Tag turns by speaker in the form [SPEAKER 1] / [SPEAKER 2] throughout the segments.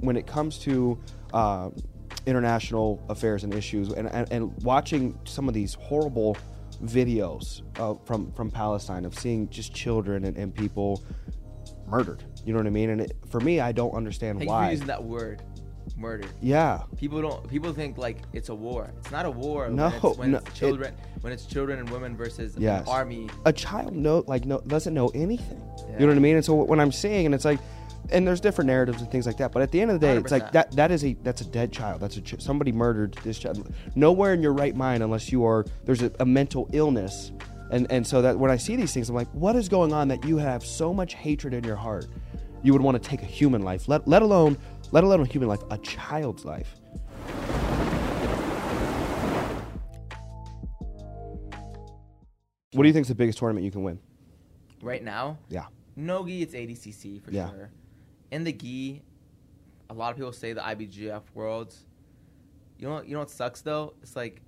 [SPEAKER 1] when it comes to uh, international affairs and issues, and, and, and watching some of these horrible videos uh, from from Palestine of seeing just children and, and people murdered. You know what I mean? And it, for me, I don't understand
[SPEAKER 2] Thank you for
[SPEAKER 1] why.
[SPEAKER 2] using that word, murder.
[SPEAKER 1] Yeah,
[SPEAKER 2] People don't. People think like it's a war. It's not a war.
[SPEAKER 1] No,
[SPEAKER 2] when it's, when
[SPEAKER 1] no,
[SPEAKER 2] it's
[SPEAKER 1] it-
[SPEAKER 2] children, when it's children and women versus
[SPEAKER 1] Yes.
[SPEAKER 2] an army.
[SPEAKER 1] a child know like no doesn't know anything. You
[SPEAKER 2] Yeah.
[SPEAKER 1] know what I mean? And so when I'm seeing, and it's like, and there's different narratives and things like that. But at the end of the day, it's like
[SPEAKER 2] 100%.
[SPEAKER 1] that that is a that's a dead child. That's a ch- somebody murdered this child. Nowhere in your right mind, unless you are there's a, a mental illness. And and so that when I see these things, I'm like, what is going on that you have so much hatred in your heart? You would want to take a human life, let let alone let alone a human life, a child's life. What do you think is the biggest tournament you can win?
[SPEAKER 2] Right now,
[SPEAKER 1] Yeah.
[SPEAKER 2] no gi. It's ADCC for
[SPEAKER 1] Yeah.
[SPEAKER 2] sure. In the gi, a lot of people say the IBGF worlds. You know. You know what sucks though? It's like,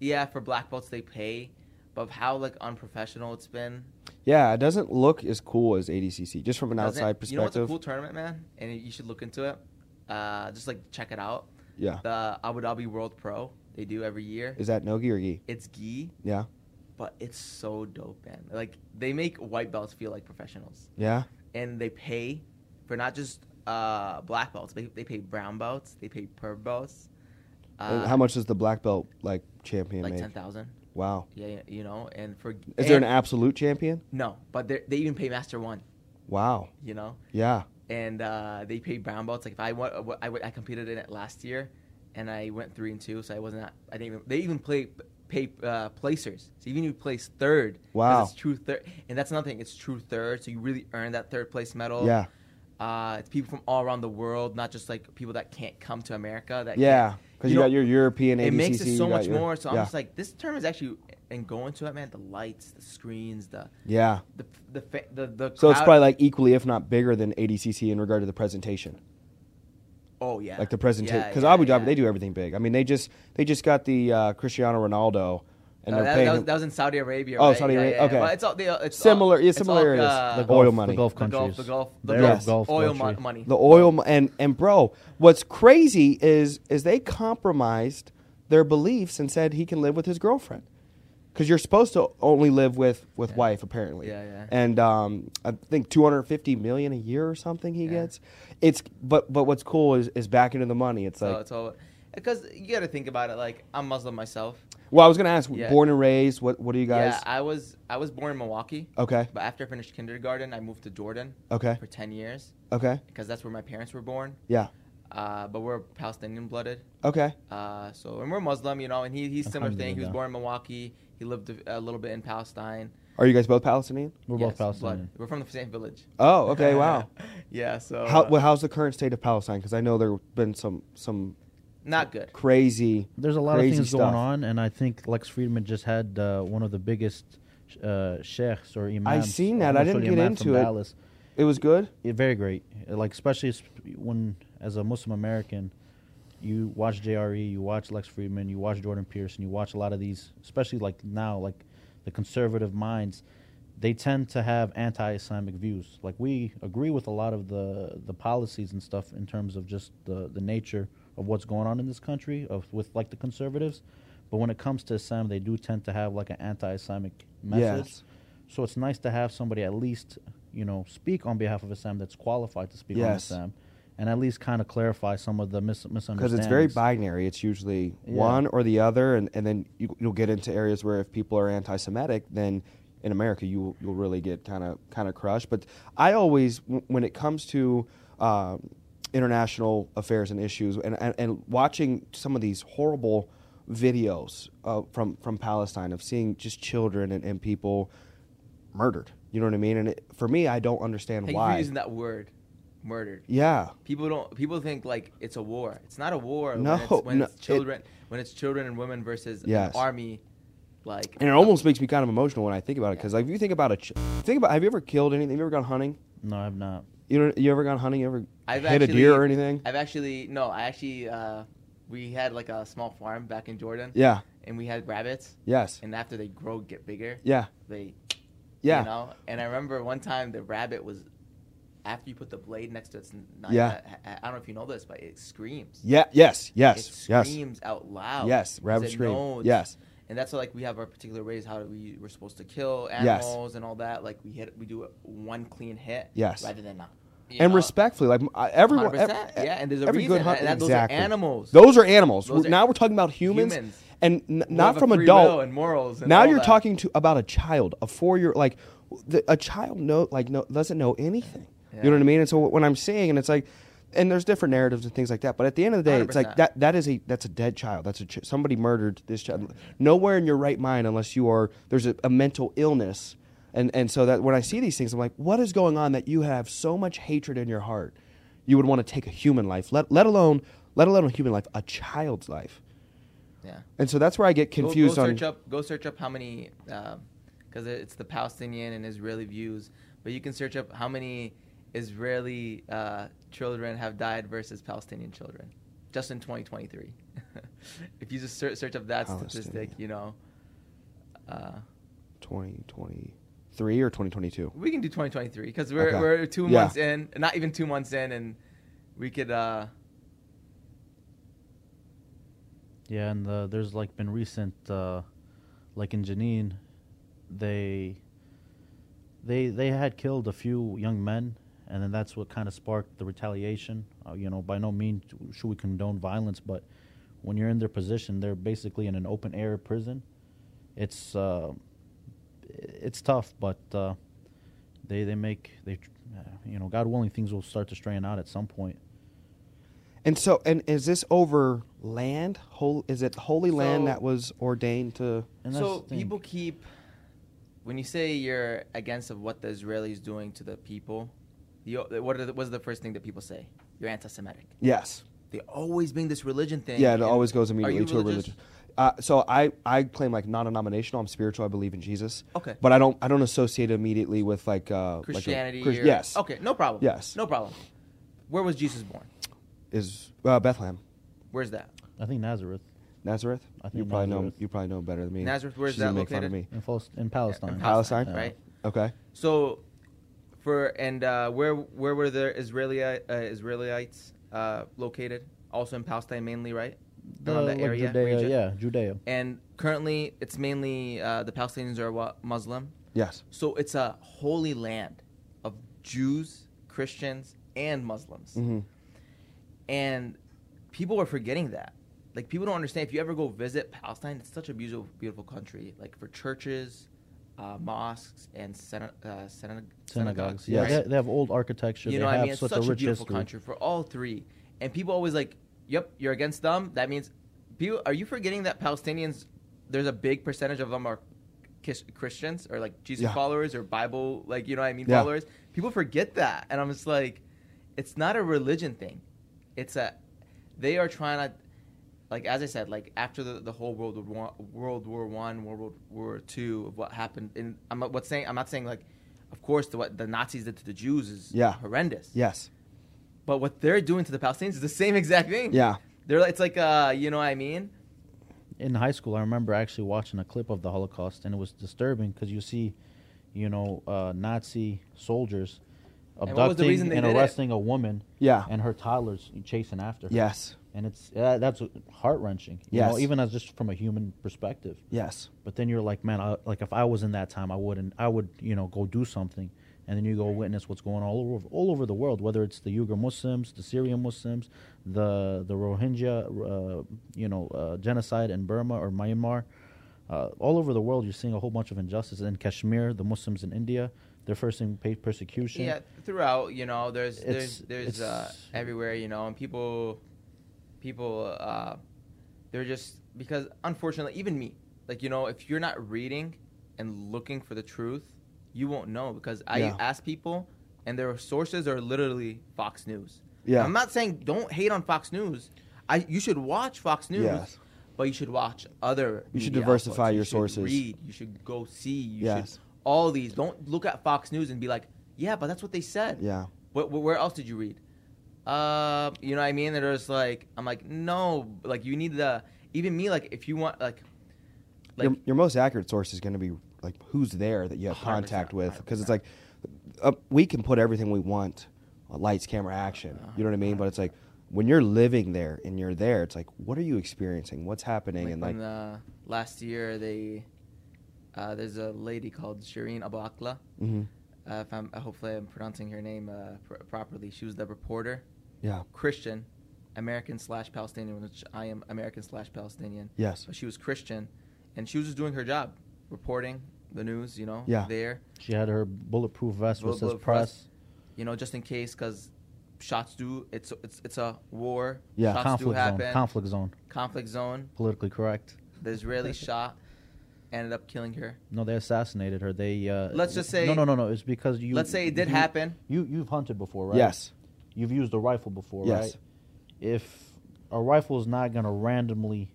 [SPEAKER 2] yeah, for black belts they pay, but of how like unprofessional it's been.
[SPEAKER 1] Yeah, it doesn't look as cool as ADCC, just from an
[SPEAKER 2] Doesn't-
[SPEAKER 1] outside
[SPEAKER 2] You know what's a
[SPEAKER 1] perspective.
[SPEAKER 2] cool tournament, man? And you should look into it. Uh, just like check it out.
[SPEAKER 1] yeah.
[SPEAKER 2] The Abu Dhabi World Pro they do every year.
[SPEAKER 1] Is that Nogi or Gi?
[SPEAKER 2] It's gi,
[SPEAKER 1] Yeah.
[SPEAKER 2] but it's so dope, man. Like they make white belts feel like professionals,
[SPEAKER 1] Yeah.
[SPEAKER 2] and they pay for not just uh, black belts. They, they pay brown belts. They pay purple belts.
[SPEAKER 1] And How much does the black belt like champion
[SPEAKER 2] Uh, Like
[SPEAKER 1] make?
[SPEAKER 2] ten thousand.
[SPEAKER 1] Wow.
[SPEAKER 2] Yeah, yeah, you know. And for is
[SPEAKER 1] Is there an absolute champion?
[SPEAKER 2] No, but they they even pay master one.
[SPEAKER 1] Wow.
[SPEAKER 2] You know.
[SPEAKER 1] Yeah.
[SPEAKER 2] and uh, they paid brown belts. Like if I went, I, w- I competed in it last year, and I went three and two, so I wasn't. I didn't even. They even play pay uh, placers. So even if you place third, 'cause
[SPEAKER 1] Wow.
[SPEAKER 2] it's true third, and that's another thing. It's true third, so you really earn that third place medal.
[SPEAKER 1] Yeah.
[SPEAKER 2] Oh, uh, it's people from all around the world, not just like people that can't come to America. That
[SPEAKER 1] Yeah.
[SPEAKER 2] can't-
[SPEAKER 1] Because you,
[SPEAKER 2] know,
[SPEAKER 1] got your European ADCC.
[SPEAKER 2] It makes it
[SPEAKER 1] you
[SPEAKER 2] so
[SPEAKER 1] got
[SPEAKER 2] much
[SPEAKER 1] your-
[SPEAKER 2] more. So I'm
[SPEAKER 1] yeah.
[SPEAKER 2] just like, this term is actually and going to it, man. The lights, the screens, the
[SPEAKER 1] Yeah.
[SPEAKER 2] the the fa- the, the
[SPEAKER 1] So it's
[SPEAKER 2] crowd-
[SPEAKER 1] probably like equally, if not bigger, than ADCC in regard to the presentation.
[SPEAKER 2] oh yeah,
[SPEAKER 1] like the presentation
[SPEAKER 2] Yeah,
[SPEAKER 1] because
[SPEAKER 2] yeah,
[SPEAKER 1] Abu Dhabi
[SPEAKER 2] yeah.
[SPEAKER 1] they do everything big. I mean they just they just got the uh, Cristiano Ronaldo and
[SPEAKER 2] Uh,
[SPEAKER 1] they're
[SPEAKER 2] that,
[SPEAKER 1] paying
[SPEAKER 2] that, was,
[SPEAKER 1] him-
[SPEAKER 2] that was in Saudi Arabia.
[SPEAKER 1] Oh,
[SPEAKER 2] right?
[SPEAKER 1] Saudi
[SPEAKER 2] Yeah,
[SPEAKER 1] Arabia,
[SPEAKER 2] yeah, yeah.
[SPEAKER 1] okay.
[SPEAKER 2] But it's all, they, it's
[SPEAKER 1] Similar-
[SPEAKER 2] all,
[SPEAKER 1] yeah,
[SPEAKER 2] it's
[SPEAKER 1] similar
[SPEAKER 2] all,
[SPEAKER 1] areas.
[SPEAKER 2] uh,
[SPEAKER 1] The
[SPEAKER 2] the
[SPEAKER 1] Gulf- oil money.
[SPEAKER 3] The Gulf
[SPEAKER 2] Gulf, the Gulf,
[SPEAKER 3] countries.
[SPEAKER 2] the Gulf,
[SPEAKER 3] They're
[SPEAKER 1] Yes.
[SPEAKER 3] a Gulf
[SPEAKER 2] oil
[SPEAKER 3] country.
[SPEAKER 2] mon- money.
[SPEAKER 1] the oil mo- and and bro, what's crazy is is they compromised their beliefs and said he can live with his girlfriend because you're supposed to only live with with wife apparently.
[SPEAKER 2] Yeah, yeah.
[SPEAKER 1] And um, I think 250 million a year or something he
[SPEAKER 2] Yeah.
[SPEAKER 1] gets. It's but but what's cool is is back into the money. It's
[SPEAKER 2] so
[SPEAKER 1] like
[SPEAKER 2] it's all because you got to think about it. Like I'm Muslim myself.
[SPEAKER 1] well, I was gonna ask,
[SPEAKER 2] Yeah.
[SPEAKER 1] born and raised. What what do you guys?
[SPEAKER 2] Yeah, I was I was born in Milwaukee,
[SPEAKER 1] okay,
[SPEAKER 2] but after I finished kindergarten, I moved to Jordan
[SPEAKER 1] okay,
[SPEAKER 2] for ten years
[SPEAKER 1] okay,
[SPEAKER 2] because that's where my parents were born.
[SPEAKER 1] yeah,
[SPEAKER 2] Uh, but we're Palestinian blooded.
[SPEAKER 1] okay.
[SPEAKER 2] Uh, so and we're Muslim, you know. And he he's similar thing. He was
[SPEAKER 3] Alhamdulillah.
[SPEAKER 2] born in Milwaukee. He lived a, a little bit in Palestine.
[SPEAKER 1] Are you guys both Palestinian?
[SPEAKER 3] We're
[SPEAKER 2] Yes,
[SPEAKER 3] both Palestinian.
[SPEAKER 2] blood. We're from the same village.
[SPEAKER 1] Oh, okay, wow.
[SPEAKER 2] yeah. So
[SPEAKER 1] How,
[SPEAKER 2] uh,
[SPEAKER 1] well, how's the current state of Palestine? Because I know there have been some some
[SPEAKER 2] not good.
[SPEAKER 1] crazy.
[SPEAKER 3] There's a lot
[SPEAKER 1] crazy
[SPEAKER 3] of things
[SPEAKER 1] stuff.
[SPEAKER 3] going on, and I think Lex Friedman just had uh, one of the biggest uh, sheikhs or imams.
[SPEAKER 1] seen that. I didn't
[SPEAKER 3] official
[SPEAKER 1] get
[SPEAKER 3] imam from
[SPEAKER 1] into it.
[SPEAKER 3] Dallas.
[SPEAKER 1] It was good.
[SPEAKER 3] Yeah, very great. Like especially as- when, as a Muslim American, you watch JRE, you watch Lex Friedman, you watch Jordan Peterson, you watch a lot of these, especially like now, like the conservative minds. They tend to have anti-Islamic views. Like we agree with a lot of the the policies and stuff in terms of just the the nature of what's going on in this country of with like the conservatives, but when it comes to Islam, they do tend to have like an anti-Islamic message.
[SPEAKER 1] Yes.
[SPEAKER 3] So it's nice to have somebody at least, you know, speak on behalf of Islam that's qualified to speak on
[SPEAKER 1] Yes.
[SPEAKER 3] Islam, and at least kind of clarify some of the mis- misunderstandings.
[SPEAKER 1] Because it's very binary. It's usually
[SPEAKER 3] Yeah.
[SPEAKER 1] one or the other, and, and then you, you'll get into areas where if people are anti-Semitic, then in America you you'll really get kind of kind of crushed. But I always, w- when it comes to um international affairs and issues, and, and and watching some of these horrible videos uh, from from Palestine of seeing just children and, and people murdered. You know what I mean? And it, for me, I don't understand
[SPEAKER 2] Thank you
[SPEAKER 1] why.
[SPEAKER 2] for using that word, murdered.
[SPEAKER 1] yeah.
[SPEAKER 2] People don't. People think like it's a war. It's not a war.
[SPEAKER 1] No,
[SPEAKER 2] when it's, when
[SPEAKER 1] no,
[SPEAKER 2] it's children, when it's children and women versus
[SPEAKER 1] Yes.
[SPEAKER 2] an army, like
[SPEAKER 1] And it almost makes me kind of emotional when I think about it because like if you think about a ch- think about have you ever killed anything? Have you ever gone hunting?
[SPEAKER 3] No, I've not.
[SPEAKER 1] You know, you ever gone hunting? You ever
[SPEAKER 2] I've
[SPEAKER 1] hit a
[SPEAKER 2] actually-
[SPEAKER 1] deer or anything?
[SPEAKER 2] I've actually no. I actually uh, we had like a small farm back in Jordan,
[SPEAKER 1] yeah.
[SPEAKER 2] and we had rabbits.
[SPEAKER 1] Yes.
[SPEAKER 2] And after they grow, get bigger,
[SPEAKER 1] Yeah.
[SPEAKER 2] they
[SPEAKER 1] Yeah.
[SPEAKER 2] you know. And I remember one time the rabbit was after you put the blade next to its knife,
[SPEAKER 1] Yeah.
[SPEAKER 2] I, I- I don't know if you know this, but it screams.
[SPEAKER 1] Yeah. Yes. Yes.
[SPEAKER 2] it
[SPEAKER 1] Yes.
[SPEAKER 2] screams out loud.
[SPEAKER 1] Yes,
[SPEAKER 2] 'cause
[SPEAKER 1] rabbit
[SPEAKER 2] it
[SPEAKER 1] scream.
[SPEAKER 2] knows.
[SPEAKER 1] Yes.
[SPEAKER 2] and that's why, like we have our particular ways how we we're supposed to kill
[SPEAKER 1] Yes.
[SPEAKER 2] animals and all that. Like we hit, we do it one clean hit.
[SPEAKER 1] Yes.
[SPEAKER 2] rather than not. you
[SPEAKER 1] and
[SPEAKER 2] know?
[SPEAKER 1] respectfully, like I- everyone,
[SPEAKER 2] 100%, yeah, and there's a
[SPEAKER 1] every
[SPEAKER 2] reason,
[SPEAKER 1] hun-
[SPEAKER 2] and that- those are animals.
[SPEAKER 1] Those are animals.
[SPEAKER 2] Those
[SPEAKER 1] We're-
[SPEAKER 2] are
[SPEAKER 1] now we're talking about humans,
[SPEAKER 2] humans.
[SPEAKER 1] and n-
[SPEAKER 2] We have
[SPEAKER 1] not
[SPEAKER 2] a
[SPEAKER 1] from
[SPEAKER 2] free will
[SPEAKER 1] adult.
[SPEAKER 2] and morals. and
[SPEAKER 1] now
[SPEAKER 2] all
[SPEAKER 1] you're
[SPEAKER 2] that.
[SPEAKER 1] talking to about a child, a four year like the, a child know like no doesn't know anything. You know
[SPEAKER 2] Yeah.
[SPEAKER 1] what I mean? And so when I'm seeing, and it's like, and there's different narratives and things like that. But at the end of the day, it's like
[SPEAKER 2] 100%.
[SPEAKER 1] that that is a that's a dead child. That's a ch- somebody murdered this child. Nowhere in your right mind, unless you are there's a, a mental illness. And and so that when I see these things, I'm like, what is going on that you have so much hatred in your heart? You would want to take a human life, let let alone let alone a human life, a child's life.
[SPEAKER 2] Yeah.
[SPEAKER 1] And so that's where I get
[SPEAKER 2] Go-
[SPEAKER 1] confused
[SPEAKER 2] go,
[SPEAKER 1] on.
[SPEAKER 2] search up go search up how many because it's the palestinian and israeli views but you can search up how many israeli uh, children have died versus palestinian children just in 2023 if you just search, search up that statistic
[SPEAKER 1] Palestinian.
[SPEAKER 2] you know uh,
[SPEAKER 1] 2023 or 2022.
[SPEAKER 2] we can do 2023 because we're,
[SPEAKER 1] Okay.
[SPEAKER 2] we're two
[SPEAKER 1] Yeah.
[SPEAKER 2] months in not even two months in and we could uh,
[SPEAKER 3] Yeah, and uh there's like been recent, uh, like in Janine, they, they they had killed a few young men, and then that's what kind of sparked the retaliation. Uh, you know, by no means should we condone violence, but when you're in their position, they're basically in an open air prison. It's uh, it's tough, but uh, they they make they, tr- uh, you know, God willing, things will start to straighten out at some point.
[SPEAKER 1] And so, and is this over land? Hol- is it holy land
[SPEAKER 2] So-
[SPEAKER 1] that was ordained to?
[SPEAKER 3] And that's
[SPEAKER 2] so
[SPEAKER 3] the thing.
[SPEAKER 2] people keep when you say you're against of what the Israelis doing to the people, you, what are the, what's the first thing that people say? You're anti-Semitic.
[SPEAKER 1] Yes.
[SPEAKER 2] They always bring this religion thing.
[SPEAKER 1] Yeah, it
[SPEAKER 2] and-
[SPEAKER 1] always goes
[SPEAKER 2] Are you
[SPEAKER 1] immediately to a religion. Uh, so I, I claim like non-denominational. I'm spiritual. I believe in Jesus.
[SPEAKER 2] Okay.
[SPEAKER 1] But I don't I don't associate it immediately with like uh, like a
[SPEAKER 2] Christianity.
[SPEAKER 1] Chris-
[SPEAKER 2] or-
[SPEAKER 1] yes.
[SPEAKER 2] Okay, no problem.
[SPEAKER 1] Yes.
[SPEAKER 2] No problem. Where was Jesus born?
[SPEAKER 1] Is uh, Bethlehem,
[SPEAKER 2] Where's that?
[SPEAKER 3] I think Nazareth
[SPEAKER 1] Nazareth?
[SPEAKER 3] I
[SPEAKER 1] you
[SPEAKER 3] think
[SPEAKER 1] probably know
[SPEAKER 3] Nazareth.
[SPEAKER 1] you probably know better than me.
[SPEAKER 2] Nazareth, where's
[SPEAKER 1] She's gonna
[SPEAKER 2] that
[SPEAKER 1] make fun of me.
[SPEAKER 2] located?
[SPEAKER 3] in, Fal- in Palestine.
[SPEAKER 1] Palestine,
[SPEAKER 3] Yeah.
[SPEAKER 2] right?
[SPEAKER 1] Okay.
[SPEAKER 2] So, for and uh, where where were the Israeli uh, Israelites uh, located? Also in Palestine, mainly, right?
[SPEAKER 3] The,
[SPEAKER 2] Around that
[SPEAKER 3] Uh, like,
[SPEAKER 2] area,
[SPEAKER 3] Judea,
[SPEAKER 2] region?
[SPEAKER 3] yeah, Judea.
[SPEAKER 2] and currently it's mainly uh, the Palestinians are what Muslim.
[SPEAKER 1] Yes.
[SPEAKER 2] So it's a holy land of Jews, Christians, and Muslims.
[SPEAKER 1] hmm
[SPEAKER 2] And people are forgetting that. Like people don't understand. If you ever go visit Palestine, it's such a beautiful, beautiful country. Like for churches, uh, mosques, and syna- uh, syna-
[SPEAKER 3] Synagogues.
[SPEAKER 2] synagogues.
[SPEAKER 3] Yeah,
[SPEAKER 1] yes.
[SPEAKER 2] right?
[SPEAKER 3] they, they have old architecture.
[SPEAKER 2] You
[SPEAKER 3] they
[SPEAKER 2] know, what
[SPEAKER 3] have
[SPEAKER 2] I mean, it's
[SPEAKER 3] such,
[SPEAKER 2] such
[SPEAKER 3] a
[SPEAKER 2] a,
[SPEAKER 3] rich
[SPEAKER 2] beautiful
[SPEAKER 3] history.
[SPEAKER 2] country for all three, and people always like, "Yep, you're against them." That means, people, are you forgetting that Palestinians? There's a big percentage of them are kis- Christians or like Jesus
[SPEAKER 1] Yeah.
[SPEAKER 2] followers or Bible, like you know what I mean,
[SPEAKER 1] Yeah.
[SPEAKER 2] followers. People forget that, and I'm just like, it's not a religion thing. It's a, they are trying to, like as I said, like after the, the whole World War One, World War One, World War Two, of what happened. And I'm not what saying. I'm not saying like, of course, the, what the Nazis did to the Jews is
[SPEAKER 1] Yeah.
[SPEAKER 2] horrendous.
[SPEAKER 1] Yes.
[SPEAKER 2] But what they're doing to the Palestinians is the same exact thing.
[SPEAKER 1] Yeah.
[SPEAKER 2] They're like- it's like uh, you know what I mean?
[SPEAKER 3] In high school, I remember actually watching a clip of the Holocaust, and it was disturbing because you see, you know, uh, Nazi soldiers
[SPEAKER 2] And what was the
[SPEAKER 3] abducting
[SPEAKER 2] reason
[SPEAKER 3] and,
[SPEAKER 2] they did it?
[SPEAKER 3] arresting a woman
[SPEAKER 1] Yeah.
[SPEAKER 3] and her toddlers chasing after her.
[SPEAKER 1] Yes.
[SPEAKER 3] And it's uh, that's heart wrenching. You know,
[SPEAKER 1] Yes.
[SPEAKER 3] even as just from a human perspective.
[SPEAKER 1] Yes.
[SPEAKER 3] But then you're like, man, I, like if I was in that time, I wouldn't. I would, you know, go do something. And then you go witness what's going on all over all over the world, whether it's the Uyghur Muslims, the Syrian Muslims, the the Rohingya, uh, you know, uh, genocide in Burma or Myanmar. Uh, all over the world, you're seeing a whole bunch of injustice. In Kashmir, the Muslims in India, they're facing pa- persecution.
[SPEAKER 2] Yeah, throughout, you know, there's
[SPEAKER 3] It's-
[SPEAKER 2] there's there's uh,
[SPEAKER 3] it's-
[SPEAKER 2] everywhere, you know, and people people uh, they're just because unfortunately even me, like you know, if you're not reading and looking for the truth, you won't know because I
[SPEAKER 1] Yeah.
[SPEAKER 2] ask people and their sources are literally Fox News.
[SPEAKER 1] Yeah.
[SPEAKER 2] I'm not saying don't hate on Fox News. I you should watch Fox News.
[SPEAKER 1] Yes.
[SPEAKER 2] But you should watch other.
[SPEAKER 1] You should
[SPEAKER 2] media
[SPEAKER 1] diversify
[SPEAKER 2] outlets.
[SPEAKER 1] your
[SPEAKER 2] should
[SPEAKER 1] sources.
[SPEAKER 2] Read. You should go see. You
[SPEAKER 1] Yes.
[SPEAKER 2] should all these. Don't look at Fox News and be like, yeah, but that's what they said.
[SPEAKER 1] Yeah.
[SPEAKER 2] What, where else did you read? Uh, you know what I mean? They're just like, I'm like, no, like you need the even me. Like if you want, like, like
[SPEAKER 1] your, your most accurate source is going to be like who's there that you have
[SPEAKER 2] 100%,
[SPEAKER 1] contact with because it's
[SPEAKER 2] 100%.
[SPEAKER 1] like uh, we can put everything we want lights, camera, action. You know what I mean? But it's like when you're living there and you're there, it's like what are you experiencing? What's happening?
[SPEAKER 2] Like
[SPEAKER 1] and like
[SPEAKER 2] when uh, last year they, uh, there's a lady called Shireen Abakla.
[SPEAKER 1] mhm.
[SPEAKER 2] Uh, if I'm, uh, hopefully I'm pronouncing her name uh, pr- properly. She was the reporter,
[SPEAKER 1] yeah,
[SPEAKER 2] Christian, American slash Palestinian, which I am American slash Palestinian.
[SPEAKER 1] yes,
[SPEAKER 2] But she was Christian, and she was just doing her job, reporting the news. You know,
[SPEAKER 1] Yeah.
[SPEAKER 2] there,
[SPEAKER 3] She had her bulletproof vest, which says
[SPEAKER 2] Bulletproof
[SPEAKER 3] press.
[SPEAKER 2] vest. you know, just in case, because shots do. It's it's it's a war.
[SPEAKER 1] Yeah.
[SPEAKER 2] shots do
[SPEAKER 3] conflict zone.
[SPEAKER 2] happen.
[SPEAKER 3] Conflict zone.
[SPEAKER 2] conflict zone.
[SPEAKER 3] Politically correct.
[SPEAKER 2] The Israeli shot ended up killing her.
[SPEAKER 3] No, they assassinated her. They. Uh,
[SPEAKER 2] Let's just
[SPEAKER 3] No,
[SPEAKER 2] say-
[SPEAKER 3] no, no, no. It's because you.
[SPEAKER 2] Let's say it did
[SPEAKER 3] you-
[SPEAKER 2] happen.
[SPEAKER 3] You you've hunted before, right?
[SPEAKER 1] yes,
[SPEAKER 3] You've used a rifle before,
[SPEAKER 1] Yes.
[SPEAKER 3] right? If a rifle is not gonna randomly,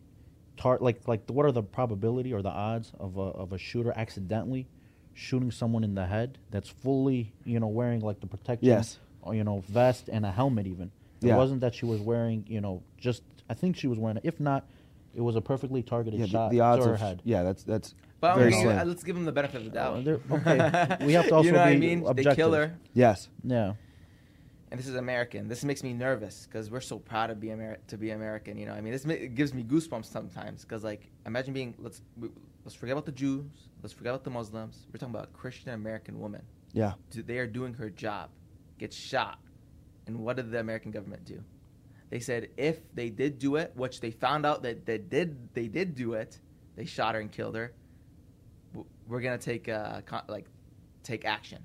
[SPEAKER 3] tar- like like what are the probability or the odds of a of a shooter accidentally shooting someone in the head that's fully you know wearing like the protection,
[SPEAKER 1] Yes.
[SPEAKER 3] or, you know vest and a helmet even. It
[SPEAKER 1] Yeah.
[SPEAKER 3] wasn't that she was wearing you know just I think she was wearing if not, it was a perfectly targeted
[SPEAKER 1] yeah.
[SPEAKER 3] shot
[SPEAKER 1] The, the odds
[SPEAKER 3] to her
[SPEAKER 1] of
[SPEAKER 3] head.
[SPEAKER 1] yeah, that's that's
[SPEAKER 2] But I'm
[SPEAKER 1] very
[SPEAKER 2] giving-
[SPEAKER 1] slim.
[SPEAKER 2] uh, let's give them the benefit of the doubt.
[SPEAKER 3] Uh, they're- okay. We have to also
[SPEAKER 2] you know what I
[SPEAKER 3] be
[SPEAKER 2] mean? They
[SPEAKER 3] objective.
[SPEAKER 2] kill her,
[SPEAKER 1] yes,
[SPEAKER 3] Yeah.
[SPEAKER 2] and this is American. This makes me nervous because we're so proud to be Amer- to be American. You know, what I mean, this ma- it gives me goosebumps sometimes because, like, imagine being let's we, let's forget about the Jews, let's forget about the Muslims. We're talking about a Christian American woman.
[SPEAKER 1] yeah,
[SPEAKER 2] Do- They are doing her job, gets shot, and what did the American government do? They said if they did do it, which they found out that they did, they did do it. They shot her and killed her. w- We're gonna take uh, con- like take action,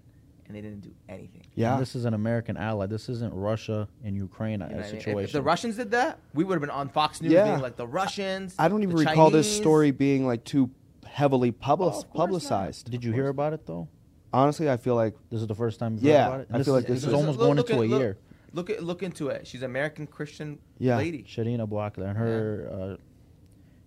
[SPEAKER 2] and they didn't do anything.
[SPEAKER 1] yeah.
[SPEAKER 3] And this is an American ally. This isn't Russia and Ukraine
[SPEAKER 2] You know
[SPEAKER 3] uh,
[SPEAKER 2] what I mean? If-
[SPEAKER 3] situation.
[SPEAKER 2] If the Russians did that, we would have been on Fox News
[SPEAKER 1] Yeah.
[SPEAKER 2] being like the Russians.
[SPEAKER 1] I don't even
[SPEAKER 2] the
[SPEAKER 1] recall this
[SPEAKER 2] Chinese."
[SPEAKER 1] story being like too heavily public-
[SPEAKER 2] Oh, of course not.
[SPEAKER 1] publicized.
[SPEAKER 3] Did you hear about it though?
[SPEAKER 1] Honestly, I feel like
[SPEAKER 3] This is the first time you've
[SPEAKER 1] Yeah,
[SPEAKER 3] heard about it.
[SPEAKER 1] I feel like
[SPEAKER 3] is,
[SPEAKER 1] this
[SPEAKER 3] is
[SPEAKER 1] is-
[SPEAKER 3] almost
[SPEAKER 2] look-
[SPEAKER 3] going
[SPEAKER 2] look
[SPEAKER 3] into a
[SPEAKER 2] at- look-
[SPEAKER 3] year.
[SPEAKER 2] Look at look into it. She's an American Christian
[SPEAKER 1] Yeah.
[SPEAKER 2] lady.
[SPEAKER 3] Sharina Blockler and her, uh,